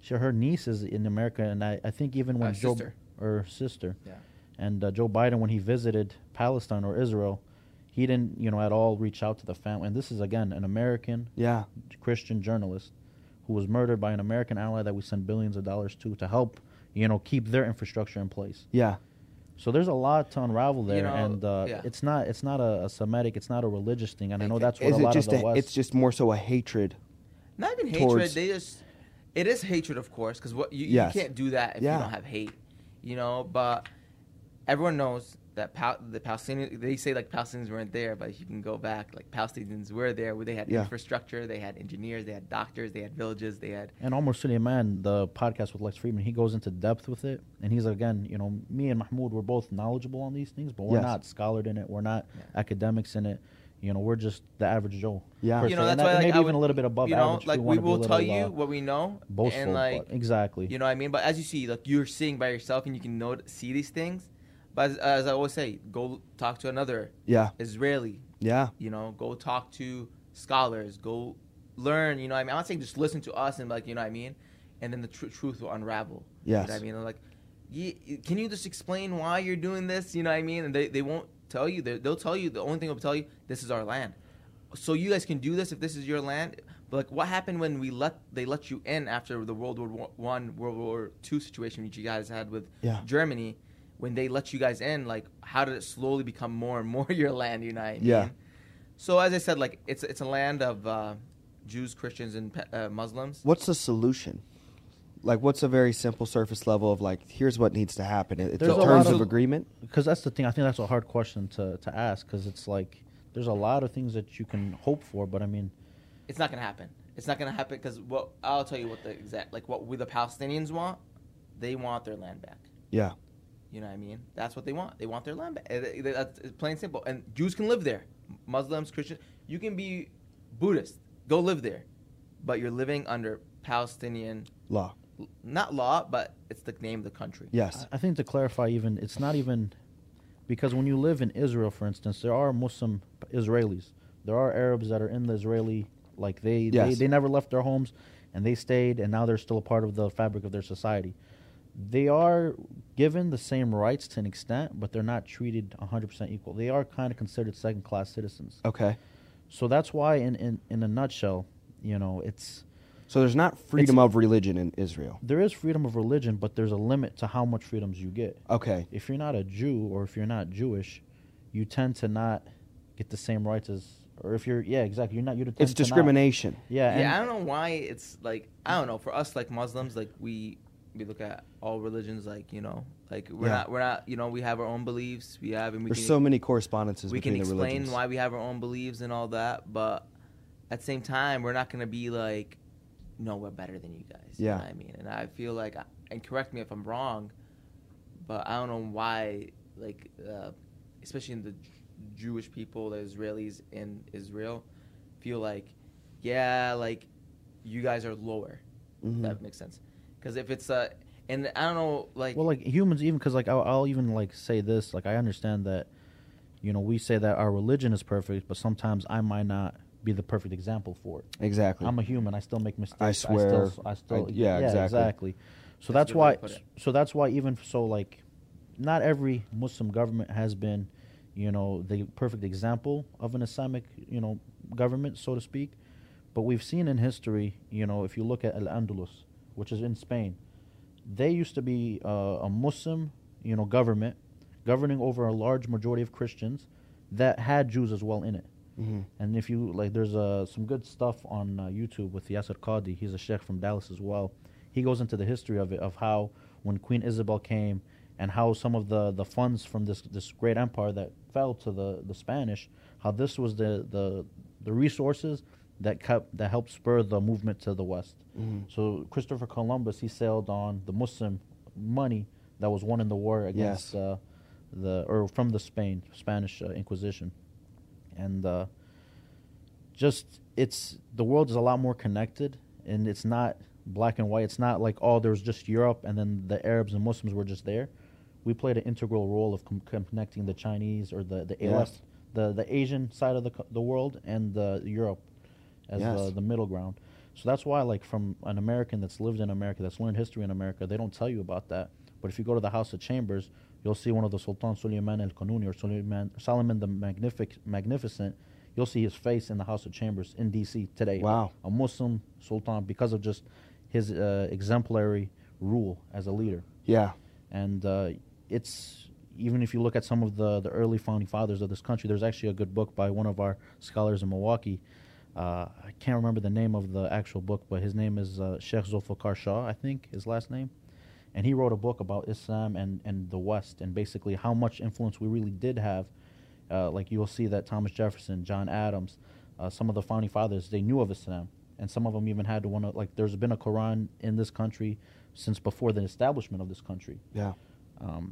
[SPEAKER 3] she, her niece is in America, and I, I think even when
[SPEAKER 2] Uh,
[SPEAKER 3] Joe
[SPEAKER 2] sister.
[SPEAKER 3] or sister,
[SPEAKER 2] Yeah.
[SPEAKER 3] and uh, Joe Biden when he visited Palestine or Israel, he didn't you know at all reach out to the family. And this is again an American
[SPEAKER 1] yeah,
[SPEAKER 3] Christian journalist who was murdered by an American ally that we send billions of dollars to to help you know keep their infrastructure in place.
[SPEAKER 1] yeah,
[SPEAKER 3] So there's a lot to unravel there,
[SPEAKER 2] You know,
[SPEAKER 3] and uh,
[SPEAKER 2] yeah.
[SPEAKER 3] it's not it's not a, a Semitic, it's not a religious thing, and I know that's what
[SPEAKER 1] is
[SPEAKER 3] a lot
[SPEAKER 1] it just
[SPEAKER 3] of the
[SPEAKER 1] a,
[SPEAKER 3] West.
[SPEAKER 1] it's just more so a hatred
[SPEAKER 2] Not even hatred.
[SPEAKER 1] towards-
[SPEAKER 2] They just it is hatred, of course, because what you,
[SPEAKER 1] Yes.
[SPEAKER 2] you can't do that if
[SPEAKER 1] Yeah.
[SPEAKER 2] you don't have hate, you know. But everyone knows that Pal- the Palestinians. They say like Palestinians weren't there, but if you can go back, like Palestinians were there. Where they had
[SPEAKER 1] Yeah.
[SPEAKER 2] infrastructure, they had engineers, they had doctors, they had villages, they had
[SPEAKER 3] and almost city man, the podcast with Lex Friedman, he goes into depth with it, and he's again, you know, me and Mahmoud, we're both knowledgeable on these things, but we're
[SPEAKER 1] Yes.
[SPEAKER 3] not scholared in it, we're not
[SPEAKER 2] Yeah.
[SPEAKER 3] academics in it, you know, we're just the average Joe.
[SPEAKER 1] Yeah.
[SPEAKER 3] per
[SPEAKER 2] you know
[SPEAKER 3] se,
[SPEAKER 2] that's
[SPEAKER 3] and
[SPEAKER 2] why
[SPEAKER 3] that-
[SPEAKER 2] like,
[SPEAKER 3] maybe
[SPEAKER 2] I
[SPEAKER 3] even
[SPEAKER 2] would-
[SPEAKER 3] a little bit above
[SPEAKER 2] you know
[SPEAKER 3] average. if
[SPEAKER 2] like
[SPEAKER 3] you
[SPEAKER 2] we
[SPEAKER 3] wanna be a
[SPEAKER 2] will
[SPEAKER 3] little,
[SPEAKER 2] tell you
[SPEAKER 3] uh,
[SPEAKER 2] what we know
[SPEAKER 3] boastful,
[SPEAKER 2] and like
[SPEAKER 3] but exactly.
[SPEAKER 2] you know what i mean but as you see like you're seeing by yourself and you can know see these things but as, as i always say go talk to another
[SPEAKER 1] yeah
[SPEAKER 2] israeli
[SPEAKER 1] yeah
[SPEAKER 2] you know go talk to scholars go learn you know what i mean i'm not saying just listen to us and like you know what i mean and then the tr- truth will unravel
[SPEAKER 1] Yes.
[SPEAKER 2] you know what i mean like "Ye- can you just explain why you're doing this you know what i mean and they, they won't tell you they, they'll tell you the only thing they'll tell you this is our land so you guys can do this if this is your land but like what happened when we let they let you in after the world war War- one world war two situation which you guys had with
[SPEAKER 1] Yeah.
[SPEAKER 2] germany when they let you guys in like how did it slowly become more and more your land you know what I mean?
[SPEAKER 1] Yeah.
[SPEAKER 2] So as I said, like it's it's a land of uh, Jews, Christians, and pe- uh, Muslims.
[SPEAKER 1] what's the solution like what's a very simple surface level of like here's what needs to happen It- it's
[SPEAKER 3] There's
[SPEAKER 1] in
[SPEAKER 2] a
[SPEAKER 1] terms
[SPEAKER 2] lot
[SPEAKER 1] of,
[SPEAKER 2] of-
[SPEAKER 1] agreement
[SPEAKER 3] because that's the thing. I think that's a hard question to, to ask because it's like there's a lot of things that you can hope for, but I mean,
[SPEAKER 2] It's not gonna happen. It's not gonna happen because what I'll tell you what the exact like what we the Palestinians want, they want their land back.
[SPEAKER 1] yeah
[SPEAKER 2] You know what I mean? That's what they want. They want their land back. Uh, they- they- That's it's plain and simple. And Jews can live there. Muslims, Christians, you can be Buddhist. Go live there, but you're living under Palestinian,
[SPEAKER 1] law
[SPEAKER 2] not law, but it's the name of the country.
[SPEAKER 1] yes
[SPEAKER 3] I, I think to clarify, even it's not even because when you live in Israel, for instance, there are Muslim Israelis, there are Arabs that are in the Israeli, like they
[SPEAKER 1] Yes.
[SPEAKER 3] they, they never left their homes and they stayed, and now they're still a part of the fabric of their society. They are given the same rights to an extent, but they're not treated 100% equal. They are kind of considered second class citizens.
[SPEAKER 1] okay
[SPEAKER 3] So that's why, in, in, in a nutshell, you know, it's
[SPEAKER 1] so there's not freedom of religion in israel
[SPEAKER 3] there is freedom of religion, but there's a limit to how much freedoms you get.
[SPEAKER 1] okay
[SPEAKER 3] If you're not a Jew or if you're not Jewish, you tend to not get the same rights as, or if you're, yeah, exactly. You're not. You're the
[SPEAKER 1] It's
[SPEAKER 3] 10th to not.
[SPEAKER 1] discrimination.
[SPEAKER 3] Yeah, and
[SPEAKER 2] yeah, I don't know why it's like I don't know. For us, like Muslims, like we we look at all religions, like you know, like we're
[SPEAKER 1] Yeah.
[SPEAKER 2] not we're not you know we have our own beliefs. We have and we
[SPEAKER 1] There's
[SPEAKER 2] can,
[SPEAKER 1] so many correspondences
[SPEAKER 2] we can
[SPEAKER 1] between the
[SPEAKER 2] explain
[SPEAKER 1] religions.
[SPEAKER 2] why we have our own beliefs and all that, but at the same time, we're not gonna be like, no, we're better than you guys. you know
[SPEAKER 1] Yeah.
[SPEAKER 2] what I mean, and I feel like, and correct me if I'm wrong, but I don't know why, like, uh, especially in the J- Jewish people, the Israelis in Israel, feel like, yeah, like, you guys are lower. if
[SPEAKER 1] Mhm.
[SPEAKER 2] That makes sense, because if it's a, and I don't know, like,
[SPEAKER 3] well, like humans, even because like I'll, I'll even like say this, like I understand that, you know, we say that our religion is perfect, but sometimes I might not be the perfect example for it.
[SPEAKER 1] exactly.
[SPEAKER 3] I'm a human. I still make mistakes. I
[SPEAKER 1] swear.
[SPEAKER 3] still, I still
[SPEAKER 1] I- yeah, exactly.
[SPEAKER 3] So
[SPEAKER 2] That's
[SPEAKER 3] that's,
[SPEAKER 2] a good way
[SPEAKER 3] why.
[SPEAKER 2] to put it.
[SPEAKER 3] So that's why even so, like, not every Muslim government has been, you know, the perfect example of an Islamic, you know, government, so to speak. But we've seen in history, you know, if you look at Al Andalus, which is in Spain, they used to be uh, a Muslim, you know, government governing over a large majority of Christians that had Jews as well in it.
[SPEAKER 1] Mhm.
[SPEAKER 3] Mm-hmm. And if you like, there's uh, some good stuff on uh, YouTube with Yasser Qadi. He's a sheikh from Dallas as well. He goes into the history of it, of how when Queen Isabel came and how some of the, the funds from this, this great empire that fell to the, the Spanish, how this was the, the, the resources that kept, that helped spur the movement to the West.
[SPEAKER 1] Mm-hmm.
[SPEAKER 3] So Christopher Columbus, he sailed on the Muslim money that was won in the war against
[SPEAKER 1] Yes.
[SPEAKER 3] uh, the, or from the Spain, Spanish uh, Inquisition. And, uh, just it's the world is a lot more connected and it's not black and white it's not like oh there was just europe and then the arabs and muslims were just there we played an integral role of com- connecting the chinese or the the
[SPEAKER 1] Yes.
[SPEAKER 3] ALS, the the asian side of the co- the world and the europe as uh, the,
[SPEAKER 1] Yes.
[SPEAKER 3] the middle ground so that's why like from an american that's lived in america that's learned history in america they don't tell you about that but if you go to the house of chambers you'll see one of the sultan suleiman al-kanuni or suleiman, solomon the Magnific- magnificent you'll see his face in the House of Chambers in D.C. today.
[SPEAKER 1] Wow.
[SPEAKER 3] A Muslim sultan because of just his uh, exemplary rule as a leader.
[SPEAKER 1] Yeah.
[SPEAKER 3] And uh, it's even if you look at some of the, the early founding fathers of this country, there's actually a good book by one of our scholars in Milwaukee. Uh, I can't remember the name of the actual book, but his name is uh, Sheikh Zulfikar Shah, I think, his last name. And he wrote a book about Islam and, and the West and basically how much influence we really did have. Uh, like you'll see that Thomas Jefferson, John Adams, uh, some of the founding fathers, they knew of Islam. And some of them even had one, of- like, there's been a Quran in this country since before the establishment of this country
[SPEAKER 1] Yeah.
[SPEAKER 3] um,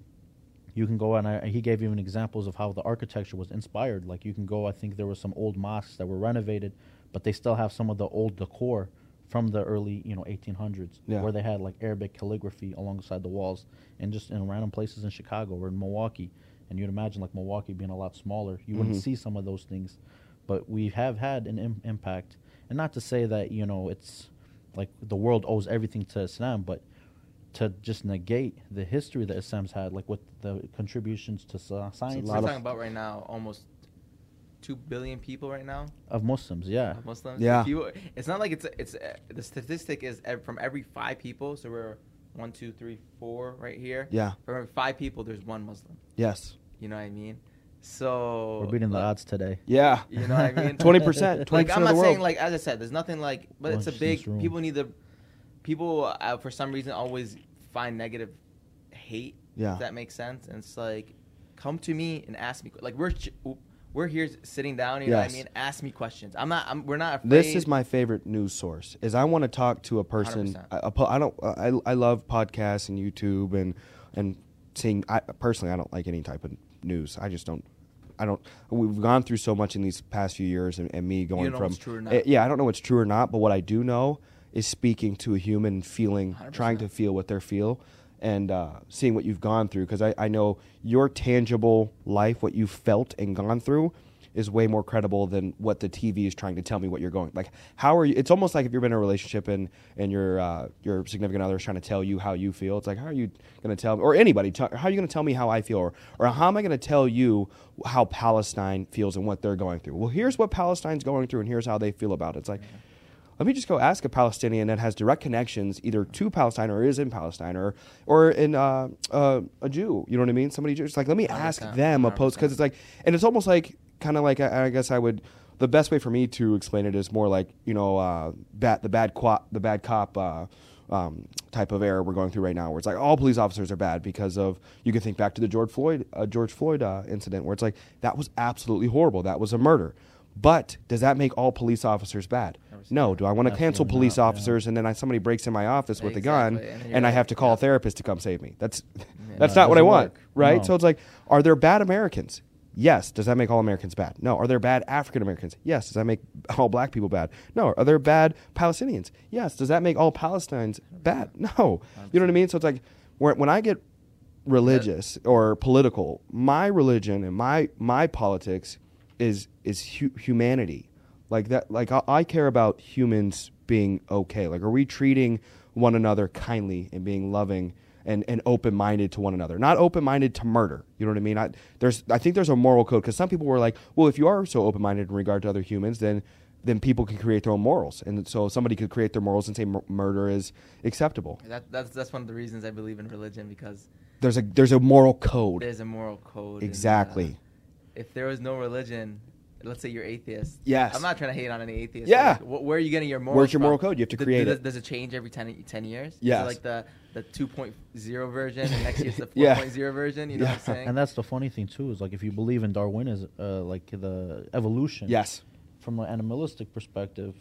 [SPEAKER 3] you can go and I, he gave even examples of how the architecture was inspired. Like you can go, I think there were some old mosques that were renovated, but they still have some of the old decor from the early, you know, 1800s,
[SPEAKER 1] Yeah.
[SPEAKER 3] where they had like Arabic calligraphy alongside the walls, and just in random places in Chicago or in Milwaukee. And you'd imagine like Milwaukee being a lot smaller, you wouldn't
[SPEAKER 1] Mhm.
[SPEAKER 3] see some of those things, but we have had an Im- impact. And not to say that you know it's like the world owes everything to Islam, but to just negate the history that Islam's had, like with the contributions to sci-
[SPEAKER 1] a
[SPEAKER 3] science
[SPEAKER 1] lot
[SPEAKER 2] we're
[SPEAKER 1] of-
[SPEAKER 2] talking about right now almost two billion people right now.
[SPEAKER 3] of Muslims, yeah.
[SPEAKER 2] of Muslims.
[SPEAKER 1] Yeah.
[SPEAKER 2] If you- it's not like it's it's uh, the statistic is ev- from every five people. So we're one, two, three, four right here.
[SPEAKER 1] Yeah.
[SPEAKER 2] From every five people, there's one Muslim.
[SPEAKER 1] Yes.
[SPEAKER 2] You know what I mean? So
[SPEAKER 1] Oh,
[SPEAKER 3] We're beating the
[SPEAKER 2] like,
[SPEAKER 3] odds today.
[SPEAKER 1] Yeah.
[SPEAKER 2] You know what I mean?
[SPEAKER 1] 20%,
[SPEAKER 2] Like
[SPEAKER 1] 20%
[SPEAKER 2] I'm
[SPEAKER 1] of
[SPEAKER 2] not
[SPEAKER 1] the
[SPEAKER 2] saying
[SPEAKER 1] world.
[SPEAKER 2] like as I said, there's nothing like, but it's a
[SPEAKER 3] Consciousness
[SPEAKER 2] big.
[SPEAKER 3] room.
[SPEAKER 2] People need the people uh, for some reason always find negative hate.
[SPEAKER 1] Yeah.
[SPEAKER 2] If that makes sense. And it's like, come to me and ask me. Like we're ch- we're here sitting down. You know what I
[SPEAKER 1] Yes.
[SPEAKER 2] mean? Ask me questions. I'm not. I'm, we're not. Afraid.
[SPEAKER 1] This is my favorite news source. Is I want to talk to a person.
[SPEAKER 2] 100%.
[SPEAKER 1] I, I don't. I, I love podcasts and YouTube and and seeing. I personally, I don't like any type of news. I just don't. I don't. We've gone through so much in these past few years, and, and me going
[SPEAKER 2] know
[SPEAKER 1] from
[SPEAKER 2] what's true or not.
[SPEAKER 1] Eh, yeah, I don't know what's true or not, but what I do know is speaking to a human, feeling,
[SPEAKER 2] 100%.
[SPEAKER 1] trying to feel what they're feel, and uh, seeing what you've gone through. Because I, I know your tangible life, what you felt and gone through, is way more credible than what the TV is trying to tell me what you're going. Like, how are you? It's almost like if you're in a relationship and and your uh, your significant other is trying to tell you how you feel. It's like, how are you going to tell me, or anybody, tell how are you going to tell me how I feel, or or how am I going to tell you how Palestine feels and what they're going through? Well, here's what Palestine's going through, and here's how they feel about it. It's like. Let me just go ask a Palestinian that has direct connections either to Palestine or is in Palestine or or in uh, uh, a Jew. You know what I mean? Somebody just like let me ask
[SPEAKER 2] 100%,
[SPEAKER 1] them opposed because it's like and it's almost like kind of like I, I guess I would. The best way for me to explain it is more like you know, uh, bat, the bad cop, the bad cop uh, um, type of era we're going through right now, where it's like all police officers are bad because of. You can think back to the George Floyd uh, George Floyd uh, incident, where it's like that was absolutely horrible. That was a murder. But does that make all police officers bad? No. Do I want to cancel
[SPEAKER 3] Absolutely
[SPEAKER 1] police
[SPEAKER 3] not, yeah.
[SPEAKER 1] officers and then I, somebody breaks in my office with a gun
[SPEAKER 2] Exactly, and then
[SPEAKER 1] and,
[SPEAKER 2] you're
[SPEAKER 1] I
[SPEAKER 2] like,
[SPEAKER 1] have to call
[SPEAKER 2] yeah.
[SPEAKER 1] a therapist to come save me? That's that's
[SPEAKER 3] No, it
[SPEAKER 1] not what I
[SPEAKER 3] doesn't
[SPEAKER 1] want,
[SPEAKER 3] work.
[SPEAKER 1] right?
[SPEAKER 3] No.
[SPEAKER 1] So it's like, are there bad Americans? Yes. Does that make all Americans bad? No. Are there bad African Americans? Yes. Does that make all black people bad? No. Are there bad Palestinians? Yes. Does that make all Palestinians bad? No. You know what I mean? So it's like when when I get religious or political, my religion and my my politics is is hu- humanity like that like I, I care about humans being okay like are we treating one another kindly and being loving and, and open-minded to one another not open-minded to murder you know what i mean I, there's i think there's a moral code because some people were like well if you are so open-minded in regard to other humans then then people can create their own morals and so somebody could create their morals and say mur- murder is acceptable
[SPEAKER 2] That, that's that's one of the reasons I believe in religion because
[SPEAKER 1] there's a there's a moral code
[SPEAKER 2] there's a moral code. and, uh,
[SPEAKER 1] exactly
[SPEAKER 2] if there was no religion, let's say you're atheist.
[SPEAKER 1] Yes.
[SPEAKER 2] I'm not trying to hate on any atheist.
[SPEAKER 1] Yeah.
[SPEAKER 2] Like, wh- where are you getting your moral?
[SPEAKER 1] Where's your moral code? You have to create
[SPEAKER 2] does,
[SPEAKER 1] it.
[SPEAKER 2] Does it change every 10, 10 years? Is it
[SPEAKER 1] Yes.
[SPEAKER 2] like the the 2.0 version, and next year's the 4.0
[SPEAKER 1] Yeah.
[SPEAKER 2] version. You know
[SPEAKER 1] Yeah.
[SPEAKER 2] what I'm saying?
[SPEAKER 3] And that's the funny thing too is like if you believe in Darwinism, uh, like the evolution.
[SPEAKER 1] yes
[SPEAKER 3] From an animalistic perspective,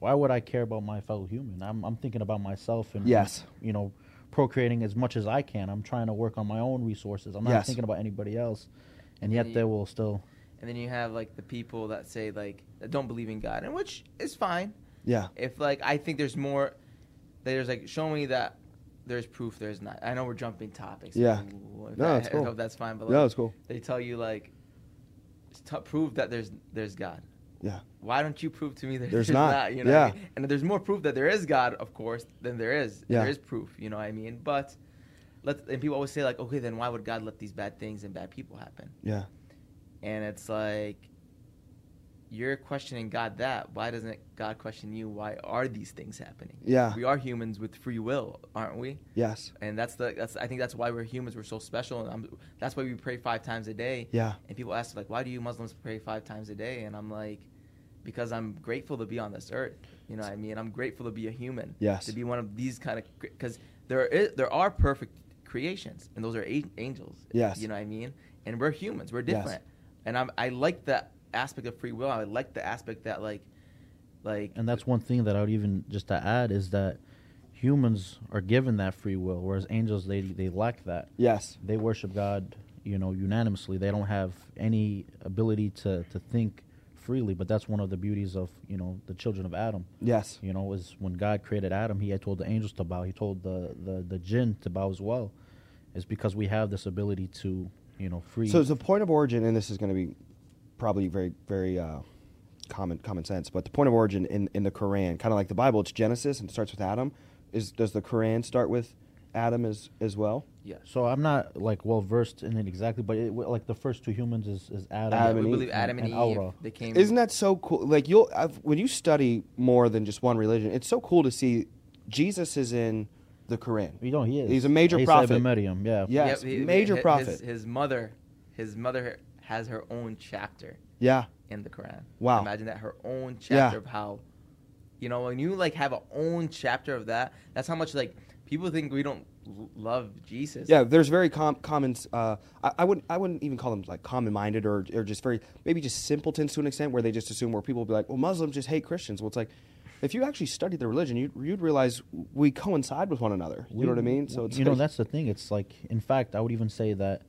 [SPEAKER 3] why would I care about my fellow human? I'm I'm thinking about myself and
[SPEAKER 1] Yes.
[SPEAKER 3] you know, procreating as much as I can. I'm trying to work on my own resources. I'm not
[SPEAKER 1] Yes.
[SPEAKER 3] thinking about anybody else, and
[SPEAKER 2] And
[SPEAKER 3] yet
[SPEAKER 2] then
[SPEAKER 3] they
[SPEAKER 2] you-
[SPEAKER 3] will still.
[SPEAKER 2] and then you have like the people that say like that don't believe in God, and which is fine.
[SPEAKER 1] yeah
[SPEAKER 2] If like I think there's more, there's like show me that there's proof there's not. I know we're jumping topics.
[SPEAKER 1] Yeah.
[SPEAKER 2] Ooh, if
[SPEAKER 1] No,
[SPEAKER 2] that-
[SPEAKER 1] it's cool.
[SPEAKER 2] I hope that's fine. But like,
[SPEAKER 1] yeah that's cool
[SPEAKER 2] they tell you like t- prove that there's there's God.
[SPEAKER 1] yeah
[SPEAKER 2] Why don't you prove to me that
[SPEAKER 1] There's not.
[SPEAKER 2] there's, not? You know, what I
[SPEAKER 1] Yeah.
[SPEAKER 2] mean? and there's more proof that there is God, of course, than there is.
[SPEAKER 1] Yeah.
[SPEAKER 2] There is proof. You know what I mean? But let and people always say like, okay, then why would God let these bad things and bad people happen?
[SPEAKER 1] yeah
[SPEAKER 2] And it's like you're questioning God that. Why doesn't God question you? Why are these things happening?
[SPEAKER 1] Yeah.
[SPEAKER 2] we are humans with free will, aren't we?
[SPEAKER 1] yes
[SPEAKER 2] and that's the that's I think that's why we're humans. We're so special, and I'm, that's why we pray five times a day.
[SPEAKER 1] Yeah.
[SPEAKER 2] And people ask like, why do you Muslims pray five times a day? And I'm like, because I'm grateful to be on this earth. You know what I mean? I'm grateful to be a human.
[SPEAKER 1] Yes.
[SPEAKER 2] To be one of these kind of because there is there are perfect creations, and those are a- angels.
[SPEAKER 1] Yes.
[SPEAKER 2] You know what I mean? And we're humans. We're
[SPEAKER 1] Yes.
[SPEAKER 2] different. And I'm I like that aspect of free will. I like the aspect that like like
[SPEAKER 3] And that's one thing that I would even just to add is that humans are given that free will, whereas angels they they lack that.
[SPEAKER 1] yes
[SPEAKER 3] they worship God, you know, unanimously. They don't have any ability to, to think freely, but that's one of the beauties of, you know, the children of Adam.
[SPEAKER 1] yes
[SPEAKER 3] You know, is when God created Adam, he had told the angels to bow, he told the, the, the jinn to bow as well. It's because we have this ability to, you know, free
[SPEAKER 1] So the point of origin, and this is going to be probably very, very uh, common common sense, but the point of origin in, in the Quran, kind of like the Bible, it's Genesis and it starts with Adam. Is does the Quran start with Adam as as well?
[SPEAKER 2] yeah.
[SPEAKER 3] so I'm not like well versed in it exactly, but it, like the first two humans is, is Adam,
[SPEAKER 1] Adam
[SPEAKER 2] we
[SPEAKER 1] and
[SPEAKER 2] believe
[SPEAKER 1] Eve
[SPEAKER 2] Adam and, Eve
[SPEAKER 3] Aura.
[SPEAKER 2] they came.
[SPEAKER 1] Isn't that so cool? Like you'll I've, when you study more than just one religion, it's so cool to see Jesus is in the Quran.
[SPEAKER 3] You know, he is.
[SPEAKER 1] He's a major
[SPEAKER 3] Isa
[SPEAKER 1] prophet.
[SPEAKER 3] ibn Maryam, yeah.
[SPEAKER 1] Yeah. Yes, major
[SPEAKER 2] hi- his,
[SPEAKER 1] prophet.
[SPEAKER 2] His, mother, his mother has her own chapter
[SPEAKER 1] Yeah,
[SPEAKER 2] in the Quran.
[SPEAKER 1] Wow.
[SPEAKER 2] Imagine that her own
[SPEAKER 1] Yeah.
[SPEAKER 2] chapter of how, you know, when you like have a own chapter of that, that's how much like people think we don't l- love Jesus.
[SPEAKER 1] yeah. There's very com- common. Uh, I, I wouldn't. I wouldn't even call them like common-minded or or just very maybe just simpletons to an extent where they just assume where people will be like, well, Muslims just hate Christians. Well, it's like if you actually studied the religion, you'd, you'd realize we coincide with one another. You know what I mean? So it's
[SPEAKER 3] you know
[SPEAKER 1] like-
[SPEAKER 3] that's the thing. It's like, in fact, I would even say that,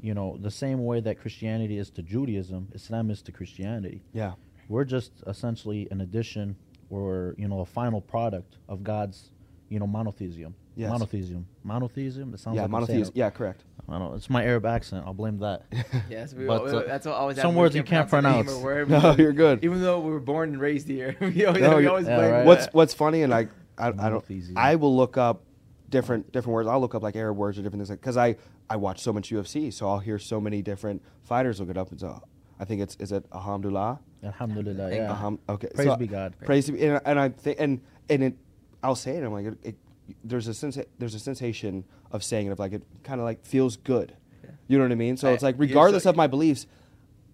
[SPEAKER 3] you know, the same way that Christianity is to Judaism, Islam is to Christianity.
[SPEAKER 1] yeah,
[SPEAKER 3] We're just essentially an addition, or you know, a final product of God's, you know, monotheism.
[SPEAKER 1] Yes.
[SPEAKER 3] Monotheism. Monotheism. It sounds
[SPEAKER 1] yeah,
[SPEAKER 3] like
[SPEAKER 1] monotheism.
[SPEAKER 3] I'm saying it-
[SPEAKER 1] Yeah, correct.
[SPEAKER 3] I don't. It's my Arab accent. I'll blame that.
[SPEAKER 2] Yes, we,
[SPEAKER 3] But,
[SPEAKER 2] we-
[SPEAKER 3] uh,
[SPEAKER 2] that's what always
[SPEAKER 3] some
[SPEAKER 2] happens. We
[SPEAKER 3] words you can't
[SPEAKER 2] a name
[SPEAKER 3] pronounce.
[SPEAKER 2] or word
[SPEAKER 1] No,
[SPEAKER 2] because-
[SPEAKER 1] you're good.
[SPEAKER 2] Even though we were born and raised here, we always,
[SPEAKER 1] No,
[SPEAKER 2] we
[SPEAKER 1] you're-
[SPEAKER 2] always
[SPEAKER 3] yeah,
[SPEAKER 2] blame
[SPEAKER 3] right.
[SPEAKER 1] What's
[SPEAKER 2] that.
[SPEAKER 1] What's funny and like I, I don't.
[SPEAKER 3] Monotheism.
[SPEAKER 1] I will look up different different words. I'll look up like Arab words or different things because I I watch so much UFC, so I'll hear so many different fighters look it up and so. I think it's is it alhamdulillah.
[SPEAKER 3] Alhamdulillah. Yeah.
[SPEAKER 1] Aham- Uh-huh. okay.
[SPEAKER 3] Praise
[SPEAKER 1] so-
[SPEAKER 3] be God.
[SPEAKER 1] Praise be, and, and I think, and and it, I'll say it. I'm like, it, it, there's a sense, there's a sensation of saying it of like it kind of like feels good.
[SPEAKER 2] Yeah.
[SPEAKER 1] You know what I mean? So
[SPEAKER 2] I-
[SPEAKER 1] it's like
[SPEAKER 2] you're so-
[SPEAKER 1] regardless of my beliefs,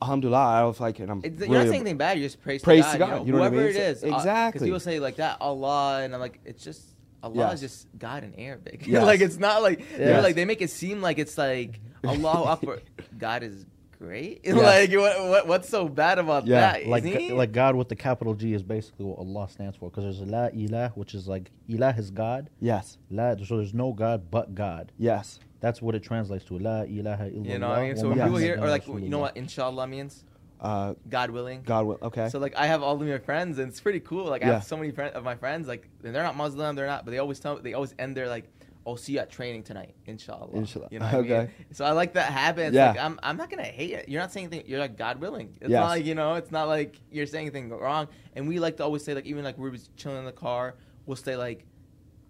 [SPEAKER 1] alhamdulillah, I was like, and I'm
[SPEAKER 2] It's,
[SPEAKER 1] really,
[SPEAKER 2] you're not saying anything bad. You just praise,
[SPEAKER 1] Praise to
[SPEAKER 2] to God.
[SPEAKER 1] God,
[SPEAKER 2] You know,
[SPEAKER 1] you know what I
[SPEAKER 2] whoever
[SPEAKER 1] mean?
[SPEAKER 2] it is,
[SPEAKER 1] So-
[SPEAKER 2] Because
[SPEAKER 1] exactly.
[SPEAKER 2] people say like that Allah, and I'm like, it's just Allah
[SPEAKER 1] Yes.
[SPEAKER 2] is just God in Arabic.
[SPEAKER 1] Yes.
[SPEAKER 2] like it's not like they're
[SPEAKER 1] Yes.
[SPEAKER 2] like they make it seem like it's like Allahu Akbar. God is great.
[SPEAKER 1] Yes.
[SPEAKER 2] Like what, what what's so bad about
[SPEAKER 1] Yeah,
[SPEAKER 2] that?
[SPEAKER 3] like
[SPEAKER 2] Isn't he?
[SPEAKER 3] like God with the capital G is basically what Allah stands for because there's la ilah which is like ilah is God
[SPEAKER 1] yes,
[SPEAKER 3] la so there's no God but God
[SPEAKER 1] yes,
[SPEAKER 3] that's what it translates to la ilaha illallah
[SPEAKER 2] you know. What I mean? So
[SPEAKER 3] wa
[SPEAKER 2] when people
[SPEAKER 1] Muhammadan
[SPEAKER 2] hear or like you
[SPEAKER 3] Rasulullah.
[SPEAKER 2] know what Inshallah means,
[SPEAKER 1] uh,
[SPEAKER 2] God willing.
[SPEAKER 1] God will. Okay,
[SPEAKER 2] So like I have all of my friends, and it's pretty cool. Like I
[SPEAKER 1] Yeah.
[SPEAKER 2] have so many friends of my friends, like and they're not Muslim, they're not, but they always tell they always end their like, "Oh, see you at training tonight, inshallah."
[SPEAKER 1] Inshallah.
[SPEAKER 2] You know what I mean?
[SPEAKER 1] Okay.
[SPEAKER 2] So I like that habit. It's
[SPEAKER 1] Yeah.
[SPEAKER 2] like, I'm I'm not gonna hate it. You're not saying anything. You're like God willing. It's
[SPEAKER 1] Yes.
[SPEAKER 2] not like you know. It's not like you're saying anything wrong. And we like to always say like even like we're just chilling in the car, we'll say like,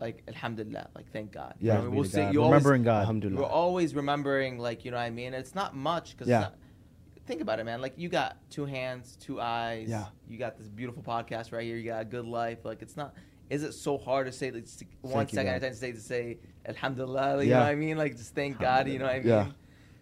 [SPEAKER 2] like Alhamdulillah, like thank God. You
[SPEAKER 1] Yeah.
[SPEAKER 2] know what I mean?
[SPEAKER 1] Praise be to
[SPEAKER 2] we'll say
[SPEAKER 3] God.
[SPEAKER 2] you always
[SPEAKER 3] remembering God
[SPEAKER 1] alhamdulillah.
[SPEAKER 2] we're always remembering, like, you know what I mean? It's not much because
[SPEAKER 1] Yeah.
[SPEAKER 2] think about it, man. Like, you got two hands, two eyes.
[SPEAKER 1] Yeah.
[SPEAKER 2] You got this beautiful podcast right here. You got a good life. Like, it's not, is it so hard to say, like, just one
[SPEAKER 1] Thank you,
[SPEAKER 2] second
[SPEAKER 1] God.
[SPEAKER 2] at a time to say, to say, Alhamdulillah, you
[SPEAKER 1] Yeah.
[SPEAKER 2] know what I mean? Like, just thank God, you know what I mean?
[SPEAKER 1] Yeah.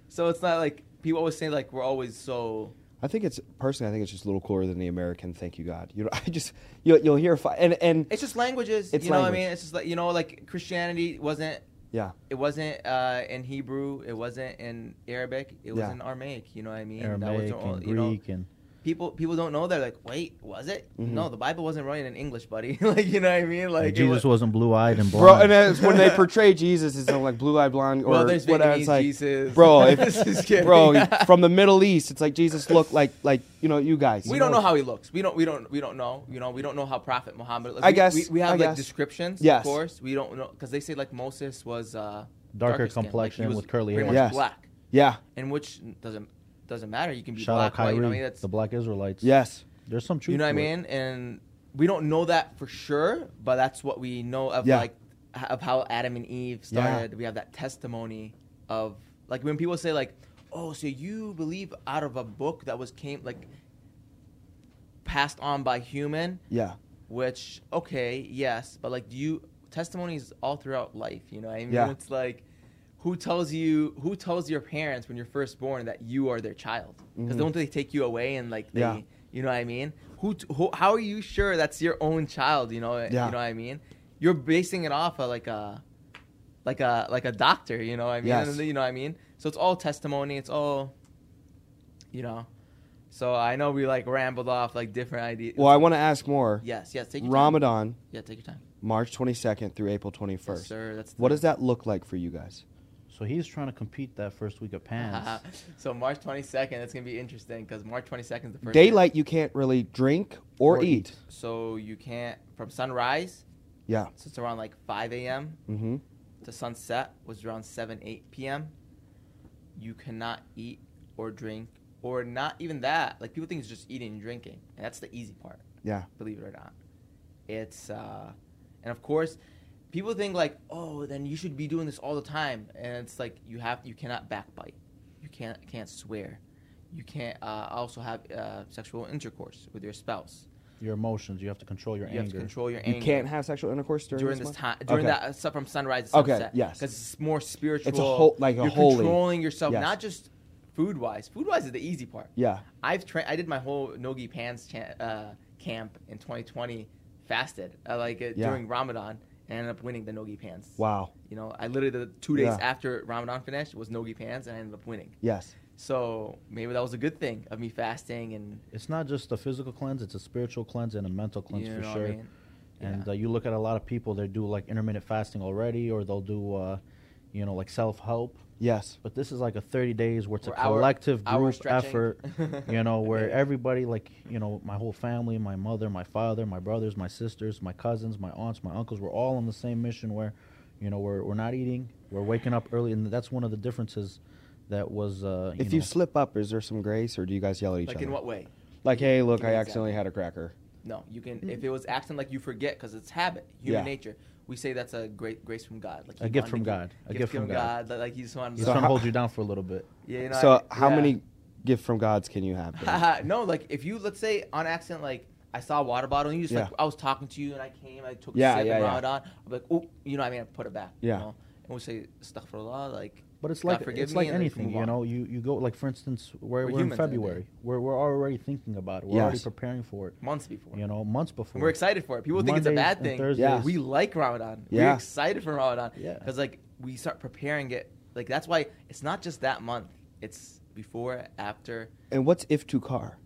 [SPEAKER 2] So it's not like people always say, like, we're always so,
[SPEAKER 1] I think it's personally, I think it's just a little cooler than the American. Thank you, God. You know, I just you'll, you'll hear fi- and and
[SPEAKER 2] it's just languages.
[SPEAKER 1] It's
[SPEAKER 2] you know what I
[SPEAKER 1] language.
[SPEAKER 2] mean? It's just like, you know, like Christianity wasn't
[SPEAKER 1] yeah,
[SPEAKER 2] it wasn't uh, in Hebrew. It wasn't in Arabic. It was
[SPEAKER 1] Yeah.
[SPEAKER 2] in Aramaic. You know what I mean?
[SPEAKER 3] Aramaic
[SPEAKER 2] all-
[SPEAKER 3] and
[SPEAKER 2] you know,
[SPEAKER 3] Greek and
[SPEAKER 2] people people don't know. They're like, wait, was it?
[SPEAKER 1] Mhm.
[SPEAKER 2] No, the Bible wasn't written in English, buddy. like you know what I mean? Like
[SPEAKER 3] Mm-hmm. and
[SPEAKER 2] it
[SPEAKER 3] Jesus
[SPEAKER 2] wa-
[SPEAKER 3] was, not blue eyed and blind
[SPEAKER 1] bro. And it's when they portray Jesus, it's like blue eyed blonde or
[SPEAKER 2] Well, there's
[SPEAKER 1] whatever.
[SPEAKER 2] Vietnamese
[SPEAKER 1] It's like,
[SPEAKER 2] Jesus.
[SPEAKER 1] bro,
[SPEAKER 2] Just
[SPEAKER 1] if,
[SPEAKER 2] kidding.
[SPEAKER 1] bro, from the Middle East, it's like Jesus looked like like you know you guys.
[SPEAKER 2] We
[SPEAKER 1] you
[SPEAKER 2] don't know how he looks. We don't. We don't. We don't know. You know. We don't know how Prophet Muhammad. Like,
[SPEAKER 1] I
[SPEAKER 2] we,
[SPEAKER 1] guess-
[SPEAKER 2] we, we have
[SPEAKER 1] I
[SPEAKER 2] like
[SPEAKER 1] guess.
[SPEAKER 2] descriptions.
[SPEAKER 1] Yes.
[SPEAKER 2] Of course, we don't know because they say like Moses was uh,
[SPEAKER 3] Darker
[SPEAKER 2] skin. Like, he
[SPEAKER 3] complexion
[SPEAKER 2] was
[SPEAKER 3] with curly
[SPEAKER 2] pretty
[SPEAKER 1] hair.
[SPEAKER 2] much
[SPEAKER 1] Yes.
[SPEAKER 2] black,
[SPEAKER 1] Yeah.
[SPEAKER 2] and which doesn't doesn't matter. You can be
[SPEAKER 3] shout
[SPEAKER 2] black,
[SPEAKER 3] out
[SPEAKER 2] white.
[SPEAKER 3] Kyrie
[SPEAKER 2] You know what I mean? That's
[SPEAKER 3] the black Israelites
[SPEAKER 1] Yes.
[SPEAKER 3] there's some truth
[SPEAKER 2] you know what I
[SPEAKER 3] to it.
[SPEAKER 2] mean? And we don't know that for sure, but that's what we know of
[SPEAKER 1] Yeah.
[SPEAKER 2] like h- of how Adam and Eve started. We have that testimony of like when people say like, "Oh, so you believe out of a book that was came like passed on by human?"
[SPEAKER 1] Yeah.
[SPEAKER 2] Which okay, yes, but like do you testimonies all throughout life, you know? what I mean,
[SPEAKER 1] Yeah.
[SPEAKER 2] it's like who tells you who tells your parents when you're first born that you are their child? Because
[SPEAKER 1] Mhm.
[SPEAKER 2] don't they take you away and like they,
[SPEAKER 1] Yeah.
[SPEAKER 2] you know what I mean? Who, t- who how are you sure that's your own child? You know, you know
[SPEAKER 1] Yeah.
[SPEAKER 2] what I mean? You're basing it off of like a like a like a doctor, you know what I mean?
[SPEAKER 1] Yes.
[SPEAKER 2] And, you know what I mean? So it's all testimony, it's all you know. So I know we like rambled off like different ideas.
[SPEAKER 1] Well, I want to ask more.
[SPEAKER 2] Yes, yes. Take your time.
[SPEAKER 1] Ramadan,
[SPEAKER 2] Yeah, take your time.
[SPEAKER 1] March 22nd through April 21st.
[SPEAKER 2] Yes, sir. That's
[SPEAKER 1] What does that look like for you guys?
[SPEAKER 3] so he's trying to compete that first week of pants
[SPEAKER 2] so March 22nd. That's gonna be interesting because March 22nd is the first day.
[SPEAKER 1] Daylight, you can't really drink or,
[SPEAKER 3] Or
[SPEAKER 1] eat.
[SPEAKER 3] eat.
[SPEAKER 2] So you can't from sunrise.
[SPEAKER 1] Yeah.
[SPEAKER 2] So it's around like 5 a.m.
[SPEAKER 1] Mm-hmm.
[SPEAKER 2] to sunset was around 7 8 p.m. You cannot eat or drink or not even that. Like people think it's just eating and drinking, and that's the easy part.
[SPEAKER 1] Yeah.
[SPEAKER 2] believe it or not. It's uh, and of course, people think like, oh, then you should be doing this all the time, and it's like you have you cannot backbite, you can't can't swear, you can't uh, also have uh, sexual intercourse with your spouse.
[SPEAKER 3] your emotions you have to control your
[SPEAKER 2] you have to
[SPEAKER 3] anger
[SPEAKER 2] control your
[SPEAKER 1] You
[SPEAKER 2] anger.
[SPEAKER 1] can't have sexual intercourse during,
[SPEAKER 2] during
[SPEAKER 1] this,
[SPEAKER 2] this
[SPEAKER 1] month?
[SPEAKER 2] time, during
[SPEAKER 1] Okay.
[SPEAKER 2] that uh, sun- from sunrise to
[SPEAKER 1] Okay,
[SPEAKER 2] sunset,
[SPEAKER 1] yes.
[SPEAKER 2] because it's more spiritual.
[SPEAKER 1] whole- like a
[SPEAKER 2] you're
[SPEAKER 1] holy-
[SPEAKER 2] controlling yourself,
[SPEAKER 1] yes.
[SPEAKER 2] not just food wise. Food wise is the easy part.
[SPEAKER 1] Yeah.
[SPEAKER 2] I've tra- I did my whole Nogi Pants cha- uh, camp in 2020 fasted, uh, like uh,
[SPEAKER 1] Yeah.
[SPEAKER 2] during Ramadan, and ended up winning the Nogi Pants.
[SPEAKER 1] Wow.
[SPEAKER 2] You know, I literally the two days
[SPEAKER 1] Yeah.
[SPEAKER 2] after Ramadan finished was Nogi Pants, and I ended up winning.
[SPEAKER 1] Yes.
[SPEAKER 2] So maybe that was a good thing of me fasting and
[SPEAKER 3] it's not just a physical cleanse it's a spiritual cleanse and a mental cleanse
[SPEAKER 2] you
[SPEAKER 3] for
[SPEAKER 2] know what
[SPEAKER 3] sure
[SPEAKER 2] I mean?
[SPEAKER 3] And
[SPEAKER 2] Yeah.
[SPEAKER 3] uh, you look at a lot of people, they do like intermittent fasting already, or they'll do, uh, you know, like self help.
[SPEAKER 1] Yes.
[SPEAKER 3] But this is like a 30 days where it's
[SPEAKER 2] Or
[SPEAKER 3] a
[SPEAKER 2] hour-
[SPEAKER 3] collective
[SPEAKER 2] hour
[SPEAKER 3] group
[SPEAKER 2] stretching.
[SPEAKER 3] effort, you know, where
[SPEAKER 2] Yeah.
[SPEAKER 3] everybody, like, you know, my whole family, my mother, my father, my brothers, my sisters, my cousins, my aunts, my uncles, we're all on the same mission where, you know, we're, we're not eating, we're waking up early. And that's one of the differences that was, uh, you
[SPEAKER 1] If
[SPEAKER 3] know,
[SPEAKER 1] you slip up, is there some grace, or do you guys yell at each
[SPEAKER 2] like
[SPEAKER 1] other?
[SPEAKER 2] in what way?
[SPEAKER 1] Like, hey, look,
[SPEAKER 2] Give
[SPEAKER 1] I
[SPEAKER 2] me an
[SPEAKER 1] accidentally had a cracker.
[SPEAKER 2] No, you can. If it was
[SPEAKER 3] Mm.
[SPEAKER 2] acting like you forget, because it's habit, human
[SPEAKER 1] Yeah.
[SPEAKER 2] nature. We say that's a great grace from God, like
[SPEAKER 3] A
[SPEAKER 2] he
[SPEAKER 3] gift
[SPEAKER 2] wanted
[SPEAKER 3] from
[SPEAKER 2] to give-
[SPEAKER 3] God. A gift from God.
[SPEAKER 2] like- Like he's wanted
[SPEAKER 3] he's
[SPEAKER 1] So
[SPEAKER 3] trying to
[SPEAKER 1] how-
[SPEAKER 3] hold you down for a little bit.
[SPEAKER 2] Yeah, you know
[SPEAKER 1] so,
[SPEAKER 2] what I mean?
[SPEAKER 1] how
[SPEAKER 2] Yeah.
[SPEAKER 1] many gift from gods can you have? Dave?
[SPEAKER 2] no, like if you let's say on accident, like I saw a water bottle and you just like
[SPEAKER 1] Yeah.
[SPEAKER 2] I was talking to you and I came, I took
[SPEAKER 1] Yeah,
[SPEAKER 2] a sip
[SPEAKER 1] yeah,
[SPEAKER 2] and
[SPEAKER 1] yeah.
[SPEAKER 2] Ramadan. I'm like, oh, you know, what I mean, I put it back.
[SPEAKER 1] Yeah.
[SPEAKER 2] You know? And we say astaghfirullah, like
[SPEAKER 3] But it's
[SPEAKER 2] God
[SPEAKER 3] like
[SPEAKER 2] forgive
[SPEAKER 3] it's
[SPEAKER 2] me,
[SPEAKER 3] like
[SPEAKER 2] and then
[SPEAKER 3] anything,
[SPEAKER 2] move
[SPEAKER 3] you
[SPEAKER 2] on.
[SPEAKER 3] know. You you go like for instance,
[SPEAKER 2] We're
[SPEAKER 3] we're, we're in
[SPEAKER 2] humans, aren't we?
[SPEAKER 3] February. We're we're already thinking about it. We're already
[SPEAKER 1] Yes.
[SPEAKER 3] preparing for it.
[SPEAKER 2] months before.
[SPEAKER 3] You know, months
[SPEAKER 2] And
[SPEAKER 3] before.
[SPEAKER 2] we're excited for it. People think it's a
[SPEAKER 3] Mondays
[SPEAKER 2] bad
[SPEAKER 3] and
[SPEAKER 2] thing.
[SPEAKER 3] Thursdays.
[SPEAKER 1] Yeah.
[SPEAKER 2] We like Ramadan. We're
[SPEAKER 1] Yeah.
[SPEAKER 2] excited for Ramadan.
[SPEAKER 3] Yeah.
[SPEAKER 2] Because like we start preparing it. Like that's why it's not just that month. It's before, after,
[SPEAKER 1] And what's if to car?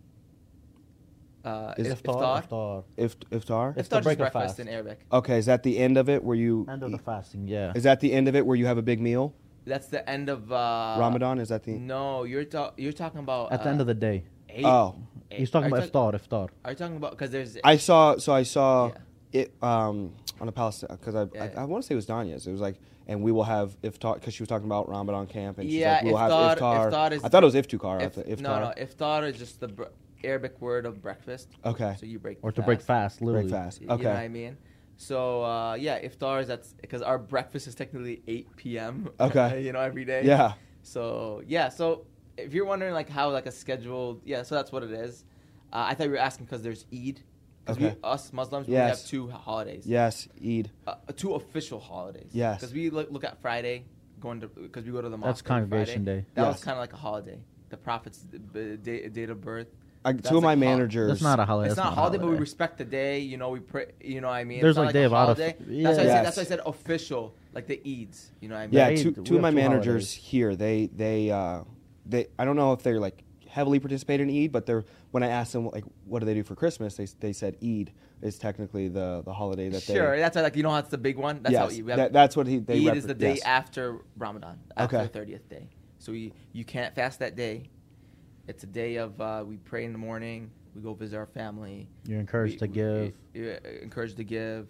[SPEAKER 2] uh,
[SPEAKER 1] Is
[SPEAKER 2] if, iftar.
[SPEAKER 3] Iftar, iftar.
[SPEAKER 1] If iftar?
[SPEAKER 3] If- It's
[SPEAKER 2] Iftar
[SPEAKER 3] the
[SPEAKER 2] is
[SPEAKER 3] break of
[SPEAKER 2] breakfast
[SPEAKER 3] fast.
[SPEAKER 2] in Arabic.
[SPEAKER 1] Okay, is that the end of it where you
[SPEAKER 3] End of the
[SPEAKER 1] eat-
[SPEAKER 3] fasting. Yeah.
[SPEAKER 1] Is that the end of it where you have a big meal?
[SPEAKER 2] That's the end of uh,
[SPEAKER 1] Ramadan is that the
[SPEAKER 2] No, you're ta- you're talking about
[SPEAKER 3] At the end of the day.
[SPEAKER 2] eight,
[SPEAKER 1] Oh.
[SPEAKER 2] eight-
[SPEAKER 3] He's talking
[SPEAKER 2] uh, eh, are you
[SPEAKER 3] about
[SPEAKER 2] talk-
[SPEAKER 3] iftar, iftar.
[SPEAKER 2] Are you talking about because there's
[SPEAKER 1] I saw so I saw
[SPEAKER 2] Yeah.
[SPEAKER 1] it um on a Palestine because I,
[SPEAKER 2] Yeah.
[SPEAKER 1] I I want to say it was Danya's. It was like and we will have iftar because she was talking about Ramadan camp and she's
[SPEAKER 2] Yeah,
[SPEAKER 1] like we will
[SPEAKER 2] iftar-
[SPEAKER 1] have iftar.
[SPEAKER 2] iftar is-
[SPEAKER 1] I thought it was iftukar.
[SPEAKER 2] if,
[SPEAKER 1] If, iftar.
[SPEAKER 2] no no iftar is just the br- Arabic word of breakfast.
[SPEAKER 1] Okay.
[SPEAKER 2] So you break
[SPEAKER 3] Or
[SPEAKER 2] the
[SPEAKER 3] to break fast, literally.
[SPEAKER 1] Break fast.
[SPEAKER 2] You
[SPEAKER 1] Okay.
[SPEAKER 2] know what I mean? So uh, yeah, iftar is that's because our breakfast is technically 8 p.m.
[SPEAKER 1] Okay.
[SPEAKER 2] you know every day.
[SPEAKER 1] Yeah.
[SPEAKER 2] So yeah, so if you're wondering like how like a scheduled yeah, so that's what it is. Uh, I thought you were asking because there's Eid. 'Cause
[SPEAKER 1] Okay.
[SPEAKER 2] we, us Muslims we
[SPEAKER 1] Yes.
[SPEAKER 2] have two holidays.
[SPEAKER 1] Yes. Eid.
[SPEAKER 2] Uh, two official holidays.
[SPEAKER 1] Yes.
[SPEAKER 2] Because we look, look at Friday going to because we go to the mosque.
[SPEAKER 3] That's
[SPEAKER 2] every
[SPEAKER 3] Congregation
[SPEAKER 2] Friday.
[SPEAKER 3] Day.
[SPEAKER 2] That was
[SPEAKER 1] Yes.
[SPEAKER 2] kind of like a holiday. The prophet's uh, day, date of birth.
[SPEAKER 1] I,
[SPEAKER 2] That's
[SPEAKER 1] two of my
[SPEAKER 2] like hol-
[SPEAKER 1] managers.
[SPEAKER 3] That's not a holiday.
[SPEAKER 2] it's
[SPEAKER 3] that's
[SPEAKER 2] not a holiday, but we
[SPEAKER 3] holiday.
[SPEAKER 2] respect the day. You know, we pray. You know, what I mean,
[SPEAKER 3] There's
[SPEAKER 2] It's not
[SPEAKER 3] like day
[SPEAKER 2] a
[SPEAKER 3] of auto-
[SPEAKER 2] holiday. That's why I
[SPEAKER 1] Yeah.
[SPEAKER 2] said. That's why I said official, like the Eids. You know, what I mean,
[SPEAKER 1] yeah,
[SPEAKER 3] They-
[SPEAKER 1] two,
[SPEAKER 3] we
[SPEAKER 1] two
[SPEAKER 3] have
[SPEAKER 1] of my
[SPEAKER 3] two
[SPEAKER 1] managers
[SPEAKER 3] holidays.
[SPEAKER 1] here, they they uh, they I don't know if they're like heavily participating in Eid, but they're when I asked them like what do they do for Christmas, they they said Eid is technically the the holiday that they
[SPEAKER 2] sure. That's why, like you know, how it's the big one. That's
[SPEAKER 1] yes,
[SPEAKER 2] how we have,
[SPEAKER 1] that, that's what he they
[SPEAKER 2] Eid
[SPEAKER 1] repre-
[SPEAKER 2] is the day
[SPEAKER 1] yes.
[SPEAKER 2] after Ramadan, after
[SPEAKER 1] Okay.
[SPEAKER 2] the thirtieth day. So we you can't fast that day. It's a day of uh, we pray in the morning. We go visit our family.
[SPEAKER 3] You're encouraged
[SPEAKER 2] we-
[SPEAKER 3] to
[SPEAKER 2] we-
[SPEAKER 3] give.
[SPEAKER 2] you're encouraged to give.